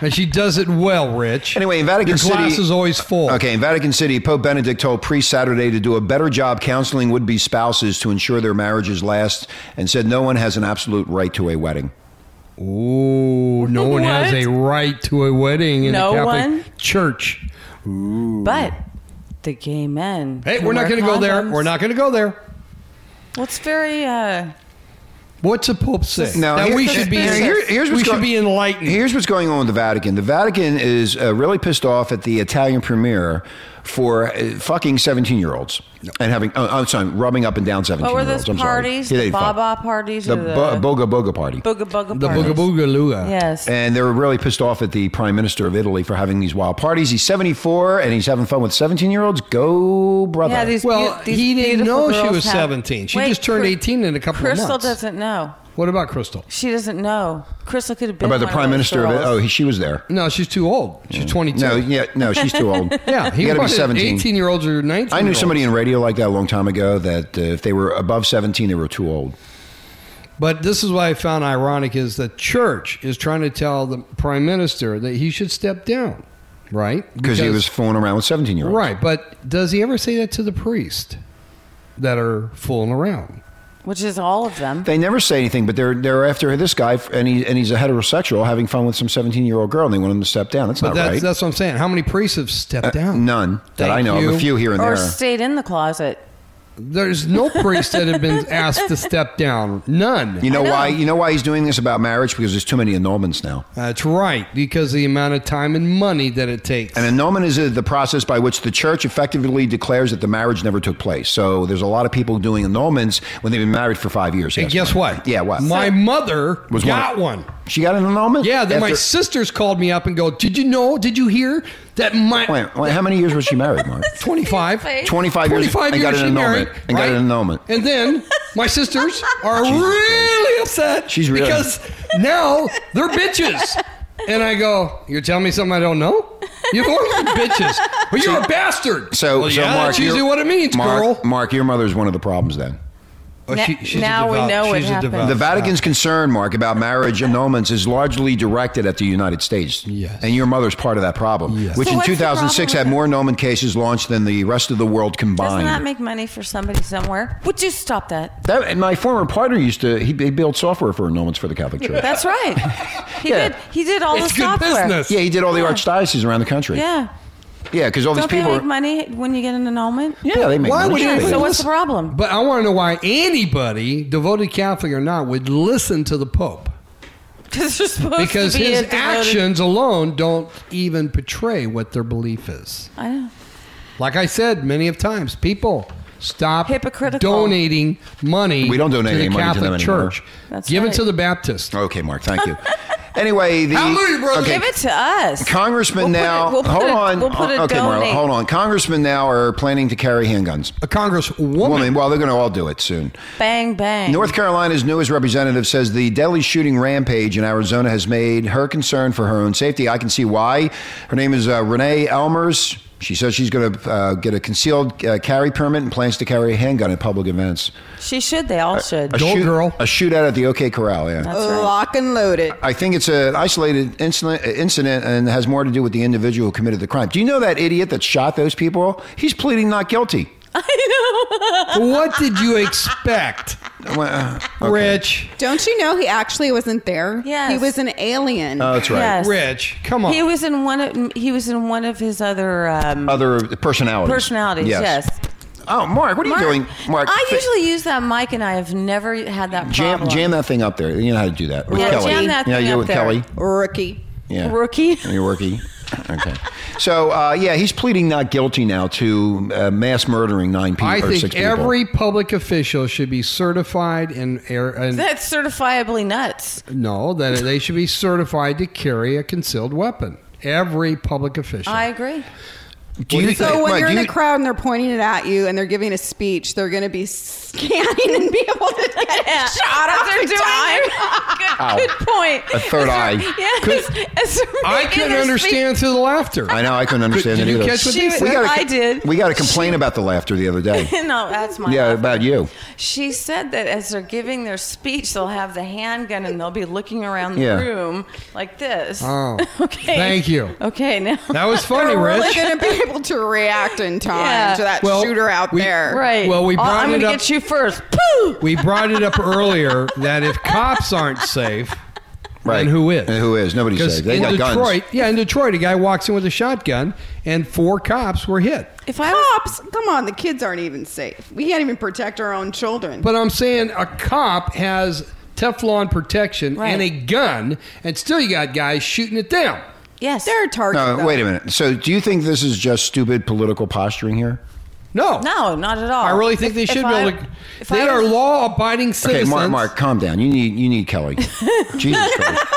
And she does it well, Rich.
Anyway, in Vatican
Your glass
City-
is always full.
Okay, in Vatican City, Pope Benedict told priests Saturday to do a better job counseling would be spouses to ensure their marriages last and said no one has an absolute right to a wedding.
Ooh, no one has
What?
a right to a wedding in
No
the Catholic
one?
Church.
But the gay men.
Hey,
can
we're not
wear
going to go there.
condoms.
We're not going to go there.
Well, it's very. Uh,
What's the Pope say?
Now,
that
here-
we should be.
here- here- here's
we
what's
should
going-
be enlightened.
Here's what's going on with the Vatican. The Vatican is uh, really pissed off at the Italian premier for uh, fucking 17 year olds and having, oh, I'm sorry, rubbing up and down 17
what
year
were
olds.
those
I'm sorry.
parties?
Yeah,
The
they fuck.
Baba parties
The
or the-
bo- Boga Boga party.
Booga booga.
the
parties.
booga booga luga.
Yes.
And they were really pissed off at the prime minister of Italy for having these wild parties. He's 74 and he's having fun with 17 year olds. Go, brother.
yeah, these
Well,
beau- these
he didn't
beautiful
know she
girls
was
have-
17. She just turned
Cr-
18 in a couple of
Crystal
months.
doesn't know.
What about Crystal?
She doesn't know. Crystal could have been
About the
one
prime
those
minister of
girls.
Italy. Oh, he, she was there.
No, she's too old. She's 22.
No, yeah, no, she's too old.
yeah,
you
he
gotta be
wanted
17.
18 year olds or 19.
I knew somebody in radio like that a long time ago that uh, if they were above 17, they were too old.
But this is what I found ironic is the church is trying to tell the prime minister that he should step down, right?
because he was fooling around with 17 year olds.
Right, but does he ever say that to the priest that are fooling around?
Oh.
which is all of them.
They never say anything, but they're they're after this guy, f- and he and he's a heterosexual having fun with some 17 year old girl, and they want him to step down. That's
But
not
that's,
right. Uh,
that's what I'm saying. How many priests have stepped down?
None that
Thank
I know of.
you.
A few here and there.
or stayed in the closet.
There's no priest that have been asked to step down. None.
you know, why? You know why he's doing this about marriage? Because there's too many annulments now.
That's right, because the amount of time and money that it takes.
An annulment is uh, the process by which the church effectively declares that the marriage never took place. So there's a lot of people doing annulments when they've been married for five years. yes,
and guess
ma'am.
what?
Yeah, what?
My mother
Was
got
one
one.
she got an annulment.
Yeah, then my
After-
sisters called me up and go, "Did you know? Did you hear that my
Wait, wait, how many years was she married, Mark?
25
25 years
25
and
years
got an
she
annulment
married
and got
right?
an annulment.
And then My sisters are really upset.
She's really-
because now they're bitches. And I go, you're telling me something I don't know? You've always been bitches, but you're a bastard.
So,
Well,
so
yeah,
Mark,
that's usually
your-
what it means,
Mark,
girl.
Mark, your mother's one of the problems then.
Oh,
Na- now we know what
she's a
happened.
devout
The
The
Vatican's concern, Mark, about marriage annulments is largely directed at the United States.
Yes.
And your mother's part of that problem,
Yes.
which
So
in
what's the
2006 had
problem with
more annulment cases launched than the rest of the world
Doesn't
combined.
that make money for somebody somewhere? Would you stop that?
That- and my former partner used to, he, he built software for annulments for the Catholic Church.
That's right. He
Yeah.
did. He did all
It's
the
good
software.
business.
yeah, he did all the
Yeah.
archdioceses around the country.
Yeah.
Yeah, because all these
Don't they
people
make
are.
money when you get an annulment?
Yeah, they make
Why
money.
would
Yeah,
anybody
so what's the
listen-
problem?
But I want to know why anybody, devoted Catholic or not, would listen to the Pope.
Because they're supposed
Because
to be
his
a devoted-
actions alone don't even portray what their belief is.
I know.
Like I said many of times, people stop
Hypocritical.
donating money.
We don't donate
to the
any money to
Catholic
them anymore. Uh,
Church.
That's
Give it
right.
to the Baptist.
Okay, Mark, thank you. anyway, the.
Hallelujah, brother.
Okay,
Give it to us.
Congressman
We'll put
now.
it- we'll put
hold
it-
on.
We'll put it
okay, Marla,
donate.
hold on. Congressmen now are planning to carry handguns.
A congresswoman.
Woman, well, they're going to all do it soon.
Bang, bang.
North Carolina's newest representative says the deadly shooting rampage in Arizona has made her concern for her own safety. I can see why. Her name is uh, Renee Elmers. She says she's going to uh, get a concealed uh, carry permit and plans to carry a handgun at public events.
she should. They all should.
Uh, A
Go, girl.
A shootout at the OK Corral, yeah.
That's right.
Lock and load it.
I think it's an isolated incident, incident and has more to do with the individual who committed the crime. Do you know that idiot that shot those people? He's pleading not guilty.
what did you expect,
Well, uh,
Rich?
Don't you know he actually wasn't there?
Yes.
He was an alien.
oh, that's right.
Yes.
Rich, come on.
He was in one. Of, he was in one of his other um,
Other personalities.
personalities. Yes.
Oh, Mark, what are
Mark-
you doing? Mark,
I
fi-
usually use that mic, and I have never had that
jam,
problem.
jam that thing up there. You know how to do that with
Yeah,
Kelly.
jam that
you know, how
thing
you do
up
with
there.
Kelly.
Rookie.
Yeah.
Rookie.
You're rookie. Okay. So uh, yeah, he's pleading not guilty now to uh, mass murdering nine people
I
or
think
six people.
every public official should be certified and, air, and
That's certifiably nuts.
no, that they should be certified to carry a concealed weapon. Every public official.
I agree.
do you
So
think-
when
Mark,
you're
do
in
you-
a crowd and they're pointing it at you and they're giving a speech, they're going to be scanning and be able to get shot
As
up
they're
every
doing
time.
Ow.
it. Good, good point.
A third eye.
Yes. as they're
I
making
couldn't
their
understand through the laughter.
I know I couldn't understand
Did
it
you
either.
catch what
She
they
was-
said?
gotta-
I did.
We got to complain about the laughter the other day.
speech- no, that's my.
yeah,
fault.
about you.
She said that as they're giving their speech, they'll have the handgun and they'll be looking around the
Yeah.
room like this.
Oh.
okay.
Thank you.
Okay, now.
That was funny,
They're really
Rich.
going to be able to react in time
Yeah.
to that
Well,
shooter out
we-
there.
Right.
Well, we
Oh,
brought
I'm
it
gonna
up-
get you first. Pooh!
We brought it up earlier that if cops aren't safe,
Right.
then who is?
And who is? Nobody's
Because
safe. They
in
got guns.
Detroit, yeah, in Detroit, a guy walks in with a shotgun, and four cops were hit.
If I was
Cops, come on, the kids aren't even safe. We can't even protect our own children.
But I'm saying a cop has Teflon protection
Right.
and a gun, and still you got guys shooting it down.
yes,
they're a target.
No,
though.
wait a minute. So do you think this is just stupid political posturing here?
No,
no, not at all.
I really think they
If-
should
if
be
I-
able to.
if
They
I
are
was-
law-abiding
Okay,
citizens.
Mark, Mark, calm down. You need you need Kelly. Jesus Christ.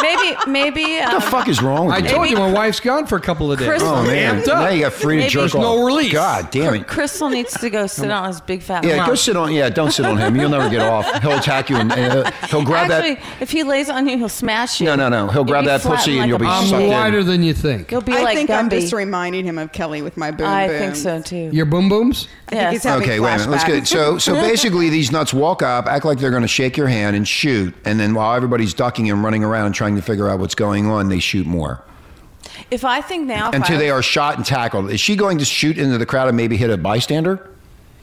Maybe, maybe. Um,
What the fuck is wrong with
I
you?
told you my wife's gone for a couple of days.
Chris-
Oh man!
Amped up.
Now you got free to
Maybe
jerk
there's
off.
no release.
God damn it!
Crystal needs to go sit on his big fat.
Yeah,
hump.
go sit on. Yeah, don't sit on him. You'll never get off. He'll attack you and uh, he'll grab
Actually,
that.
if he lays on you, he'll smash you.
No, no, no. He'll
You'll
grab
be
that
flattened
pussy and
like
you'll
a
be
bomb.
I'm
sucked in.
wider than you think.
You'll be
I
like
think
Gumby.
I'm just reminding him of Kelly with my boom
I
boom.
think so too.
Your boom booms.
I think he's having
Okay, wait a minute. Let's get
flashbacks.
so so basically these nuts walk up, act like they're going to shake your hand and shoot, and then while everybody's ducking and running around and trying to figure out what's going on, they shoot more
if I think now, if
until
I,
they are shot and tackled. Is she going to shoot into the crowd and maybe hit a bystander?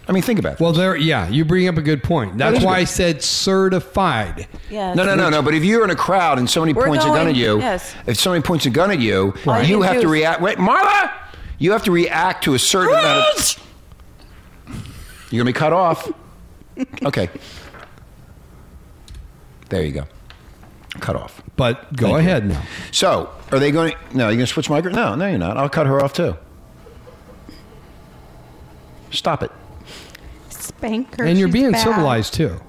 I mean, think about it.
Well, there, yeah, you bring up a good point. That's
is
why
good.
I said certified.
Yeah,
No, no, no, no. But if you're in a crowd and somebody
We're
points a gun
going-
at you,
yes.
if somebody points a gun at you,
Right.
you have to
Yes.
react. Wait, Marla, you have to react to a certain amount of. You're gonna be cut off. Okay. There you go. Cut off.
But go
Thank you.
ahead now.
So, are they going? to... No, you gonna switch micro? No, no, you're not. I'll cut her off too. Stop it.
spank her.
And you're
she's
being
bad.
civilized too.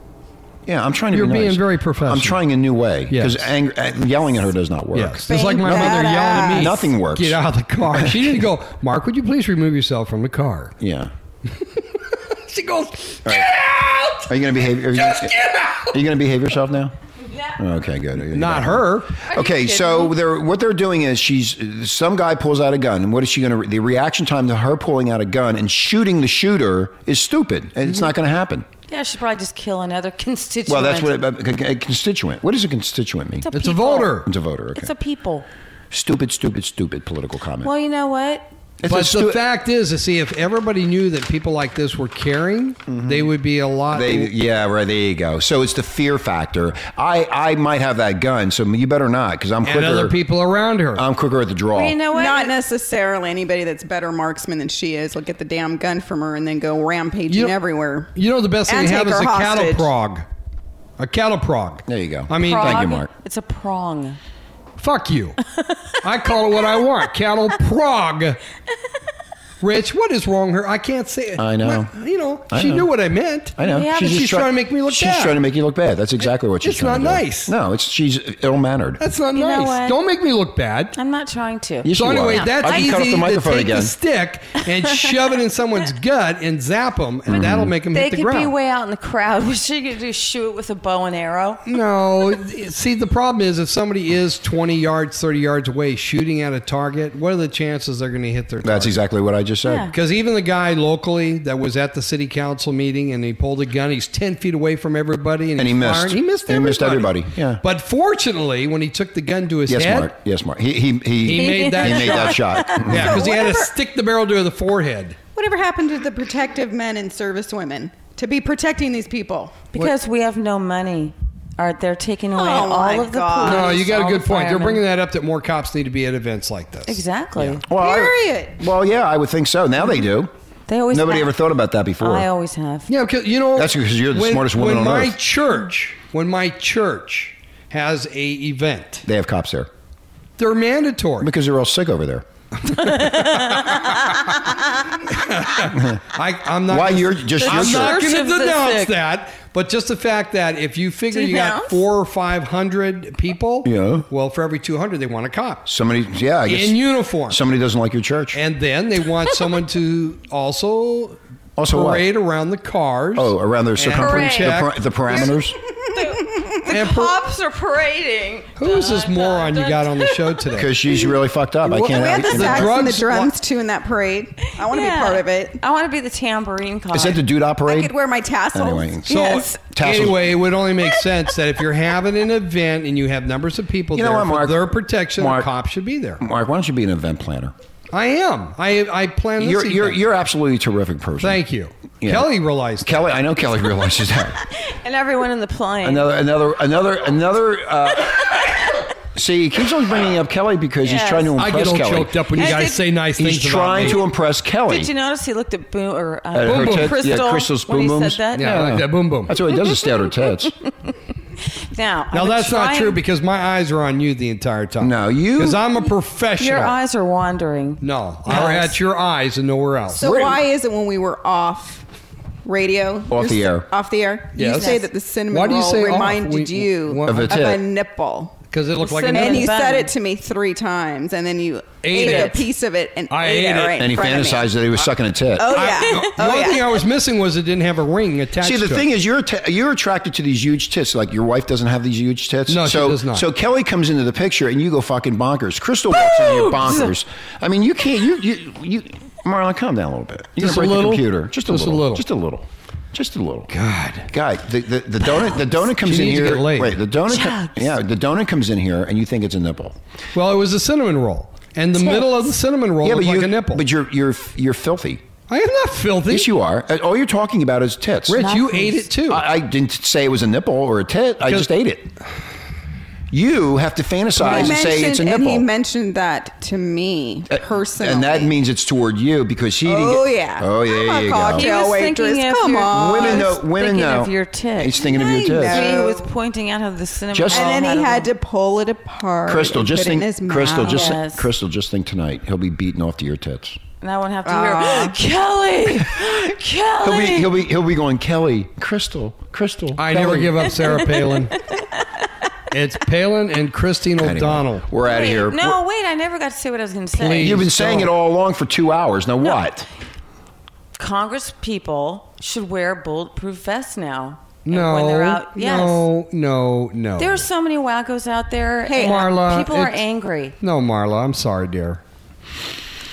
Yeah, I'm trying to.
You're
be
being
nice.
very professional.
I'm trying a new way
Yes.
because yelling at her does not work.
Yes. It's like my
Spank
mother
that
yelling at me.
ass.
Nothing works.
Get out of the car. She didn't go, Mark, would you please remove yourself from the car?
Yeah.
She goes, Get out!
Are you going to behave? Are you
Just
gonna-
get out!
Are you going to behave yourself now? Oh,
Yeah.
Okay, good. You
Not
got it.
her.
Okay, so they're what they're doing is she's some guy pulls out a gun, and what is she going to? The reaction time to her pulling out a gun and shooting the shooter is stupid, and it's not going to happen.
Yeah, she'd probably just kill another constituent.
Well, that's what a, a constituent. What does a constituent mean?
It's a
people.
voter.
It's a voter. Okay.
It's a people.
stupid, stupid, stupid political comment.
Well, you know what?
It's a
But the
stu-
fact is, to see if everybody knew that people like this were caring, they would be a lot.
Mm-hmm. They, yeah, right. There you go. So it's the fear factor. I, I might have that gun, so you better not, because I'm
and
quicker.
other people around her.
I'm quicker at the draw.
Well, you know what?
Not necessarily anybody that's better marksman than she is will get the damn gun from her and then go rampaging
You know-
everywhere.
you know the best thing
And
to have
take
is
her
a cattle
hostage.
prog. A cattle prog.
There you go.
I mean,
Prong?
Thank you, Mark.
It's a prong.
fuck you. I call it what I want. Cattle prog. Rich, what is wrong here? I can't say it.
I know.
Well, you know,
I
she
know.
knew what I meant.
I know.
Yeah, but
just
she's trying to make me look
She's
bad.
trying to make you look bad. That's exactly what she's
It's
trying
not
to do.
nice.
No, it's she's ill mannered.
That's not
You know
nice.
what?
Don't make me look bad.
I'm not trying to.
Yes,
So
you
anyway,
are.
that's
I can
easy
cut off the microphone
to take
again.
the stick and shove it in someone's gut and zap them, and that'll make them
Mm-hmm.
hit
They
the
could be
ground.
way out in the crowd. What she could do is shoot it with a bow and arrow.
no, see, the problem is if somebody is 20 yards, 30 yards away shooting at a target, what are the chances they're going to hit their target?
That's exactly what I just said.
Yeah.
Because even the guy locally that was at the city council meeting and he pulled a gun, he's 10 feet away from everybody and,
And he
he's
missed.
firing. He missed
He
everybody.
missed everybody, yeah.
But fortunately, when he took the gun to his
Yes,
head,
Mark. Yes, Mark. He he he,
he made that
he
shot.
made that shot.
Yeah, because he had to
Whatever-
stick the barrel to the forehead.
Whatever happened to the protective men and service women to be protecting these people?
Because we have no money. Or they're taking away
Oh, my
all of the
God.
police,
No, you got a
all
good
the
point. They're
firemen.
bringing that up that more cops need to be at events like this.
Exactly.
Well,
Period.
I, well, yeah, I would think so. Now they do.
They always
Nobody
have-
ever thought about that before.
I always have.
Yeah, because you know
That's 'cause you're the smartest woman
when
on
my
earth.
church, when my church has a event,
they have cops there
they're mandatory.
because they're all sick over there.
I, I'm not.
Why
gonna-
you're just your
I'm not
church?
church
going to
of the
denounce
sick.
that, but just the fact that if you figure you got
Denounce?
four or five hundred people,
Yeah.
well, for every two hundred, they want a cop
Somebody, yeah, I guess
in uniform,
somebody doesn't like your church.
and then they want someone to also
Also what?
parade around the cars.
Oh, around their circumference, the,
Correct.
par- the parameters.
and per-
Cops are parading.
Who is this moron you got on the show today?
Because she's really fucked up. I
Well,
can't.
we had the
I-
sax and the
drugs-
drums too in that parade. I want to be part of it.
I want to be the tambourine cop.
Is that the dude
I
operate?
could wear my tassels.
Anyway.
So
yes.
Tassels.
anyway, it would only make sense that if you're having an event and you have numbers of people
You know
there
what,
for
Mark?
their protection,
Mark.
the cops should be there.
Mark, why don't you be an event planner?
I am. I I plan this.
You're you're
event.
you're absolutely terrific person.
Thank you.
Yeah.
Kelly realized.
Kelly. I know Kelly realizes that.
and everyone in the plane.
Another another another another. Uh, see, he keeps on bringing up Kelly because he's
Yes.
trying to
I
impress
get all
Kelly.
choked up when you
Hey,
guys
did-
say nice
He's
things
trying to
about me.
impress Kelly.
Did you notice he looked at Boom or uh,
At her
Boom Boom
tit- yeah,
Crystal
Crystal's
when
Boom
he
Booms.
said that?
Yeah, like that boom boom.
That's what he does is stare at her tits.
Now,
Now
I'm
that's not
trying-
true because my eyes are on you the entire time.
No, you-
Because I'm a professional.
your eyes are wandering.
No, are
Yes.
at your eyes and nowhere else.
So why is it when we were off radio,
Off the air.
off the air, you
Yes.
say that the cinnamon
Why do you
roll
say off?
reminded
We-
you
what-
Of
of,
a
a
tit.
nipple?
Because it looked like
Cinnamon
an
And you
bun.
said it to me three times, and then you
Ate
ate,
it.
a piece of it and
I
ate,
ate
it.
it.
Right
and he
in front of me.
fantasized that he was sucking a tit.
Oh
I,
yeah.
the
Oh,
only
yeah.
thing I was missing was it didn't have a ring attached.
See, the
to
thing
it.
is, you're atta you're attracted to these huge tits. Like your wife doesn't have these huge tits.
No, she
so,
does not.
So Kelly comes into the picture, and you go fucking bonkers. Crystal walks in, you're bonkers. I mean, you can't. You you you. Marlon, calm down a little bit. You're
Just
gonna
a
break
little?
The computer. Just a
Just a
little.
little.
Just a little. Just a little.
God.
guy. The, the, the donut. The donut comes
She
in
needs to
here.
get laid.
Wait. The donut. com-
Chugs.
yeah. The donut comes in here, and you think it's a nipple.
Well, it was a cinnamon roll, and the middle of the cinnamon roll
yeah, but
looked like
you.
a nipple.
But you're you're you're filthy.
I am not filthy.
Yes, you are. Uh, All you're talking about is tits.
Rich, you
Not
ate it too.
I, I didn't say it was a nipple or a tit. I just
Because-
ate it. You have to fantasize
He
and say it's a
mentioned-
nipple.
And he mentioned that to me
Uh,
personally.
And that means it's toward you because he didn't.
Oh
get-
yeah.
Oh, yeah,
I'm
yeah,
a
you go.
He
cocktail
was
waitress.
thinking of
Come
your-
on.
Women know.
was
Women
thinking
know.
of your tits.
He's thinking of your
I
tits.
know.
He
No.
was pointing out how the cinnamon
Just-
roll
And then
had
he
a
had to
little-
pull it apart.
Crystal,
and
just
put it in
think.
his
Crystal,
mouth.
just
Yes.
Crystal, just think tonight he'll be beaten off to your tits.
and I won't have to
Aw.
hear Kelly,
He'll
Kelly.
be. He'll be. He'll be going. Kelly, Crystal, Crystal.
I never give up Sarah Palin. it's Palin and Christine
Anyway,
O'Donnell.
We're out of
Wait,
here.
No, wait, I never got to say what I was going to say.
Please.
You've been saying it all along for two hours. Now what?
Congress people should wear bulletproof vests now.
No,
when they're out, yes.
no, no, no.
There are so many wackos out there.
Hey,
and
Marla,
people are
it's-
angry.
no, Marla. I'm sorry, dear.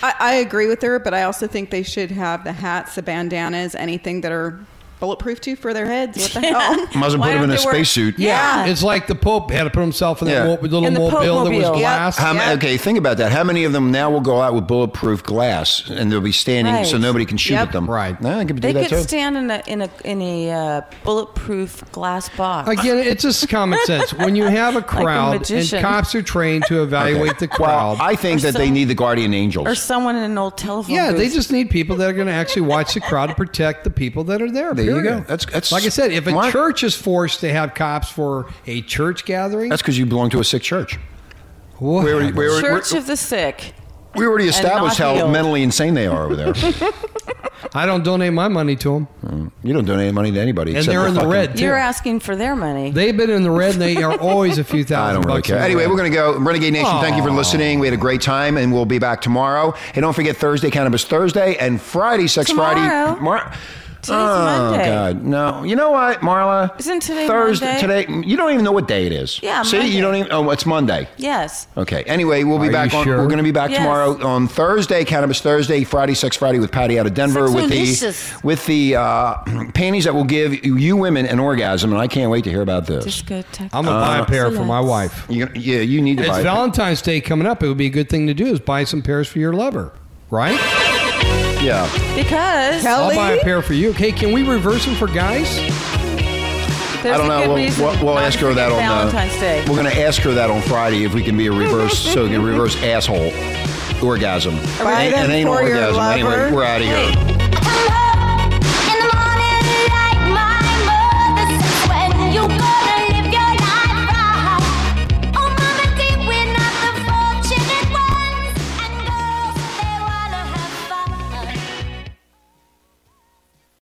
I, I agree with her, but I also think they should have the hats, the bandanas, anything that are bulletproof too for their heads. What the hell?
Might as well
Why
put him in
don't
a
they wear-
spacesuit.
Yeah.
It's like the Pope had to put himself in
Yeah.
that mo- little
In the
mobile that was
Popemobile. Yep.
glass.
How, ma- Okay, think about that. How many of them now will go out with bulletproof glass and they'll be standing so
Right.
nobody can shoot
Yep.
at them?
Right.
No, I could do
They
that
could
too.
stand in a in a in a uh, bulletproof glass box.
Again, it's just common sense. When you have a
a
crowd and
magician.
cops are trained to evaluate the crowd,
well, I think
Or
that they
some-
need the guardian angels.
or someone in an old
Oh,
telephone.
yeah, they
booth.
just need people that are going to actually watch the crowd to protect the people that are there.
There you go.
period.
That's- that's
like I said. If a
smart.
church is forced to have cops for a church gathering,
That's because you belong to a sick church.
what?
We already, we already-
Oh, Church of the Sick.
we already established
not
how
healed.
mentally insane they are over there.
I don't donate my money to them,
you don't donate money to anybody.
and
except
they're
the
in the
fucking-
red too.
You're asking for their money.
They've been in the red, and they are always a few
I
thousand.
don't really
bucks in
care.
the
Anyway,
red.
we're going to go. Renegade Nation, thank you for
Aw.
listening. We had a great time, and we'll be back tomorrow. And don't forget Thursday, Cannabis Thursday, and Friday, Sex Friday.
Tomorrow?
Mar-
Today's
oh,
Monday.
God. No. You know what, Marla?
Isn't today
Thursday?
Monday?
Today, you don't even know what day it is.
Yeah,
See,
Monday.
you don't even. Oh, it's Monday.
Yes.
Okay. Anyway, we'll be
Are
back
you
on.
sure?
We're going to be back
Yes.
tomorrow on Thursday, Cannabis Thursday, Friday, Sex Friday with Patty out of Denver with the
Sexolicious.
with the uh, panties that will give you women an orgasm, and I can't wait to hear about this.
Discotheque.
I'm gonna buy a pair for my
Excellent.
wife.
You're gonna- yeah, Uh, you need to
It's
buy.
Valentine's Day coming up. It would be a good thing to do is buy some pairs for your lover, right?
yeah.
because
I'll
Kelly?
buy a pair for you. Okay, can we reverse them for guys?
there's
I don't
a
know.
good
We'll,
reason
we'll, we'll
not to
ask her that on
forget
uh,
Valentine's Day.
We're going to ask her that on Friday if we can be a reverse, so we can reverse asshole orgasm.
Buy
An-
them
an anal
for your
orgasm. Anyway,
lover.
we're out of here.
Hey.
Oh,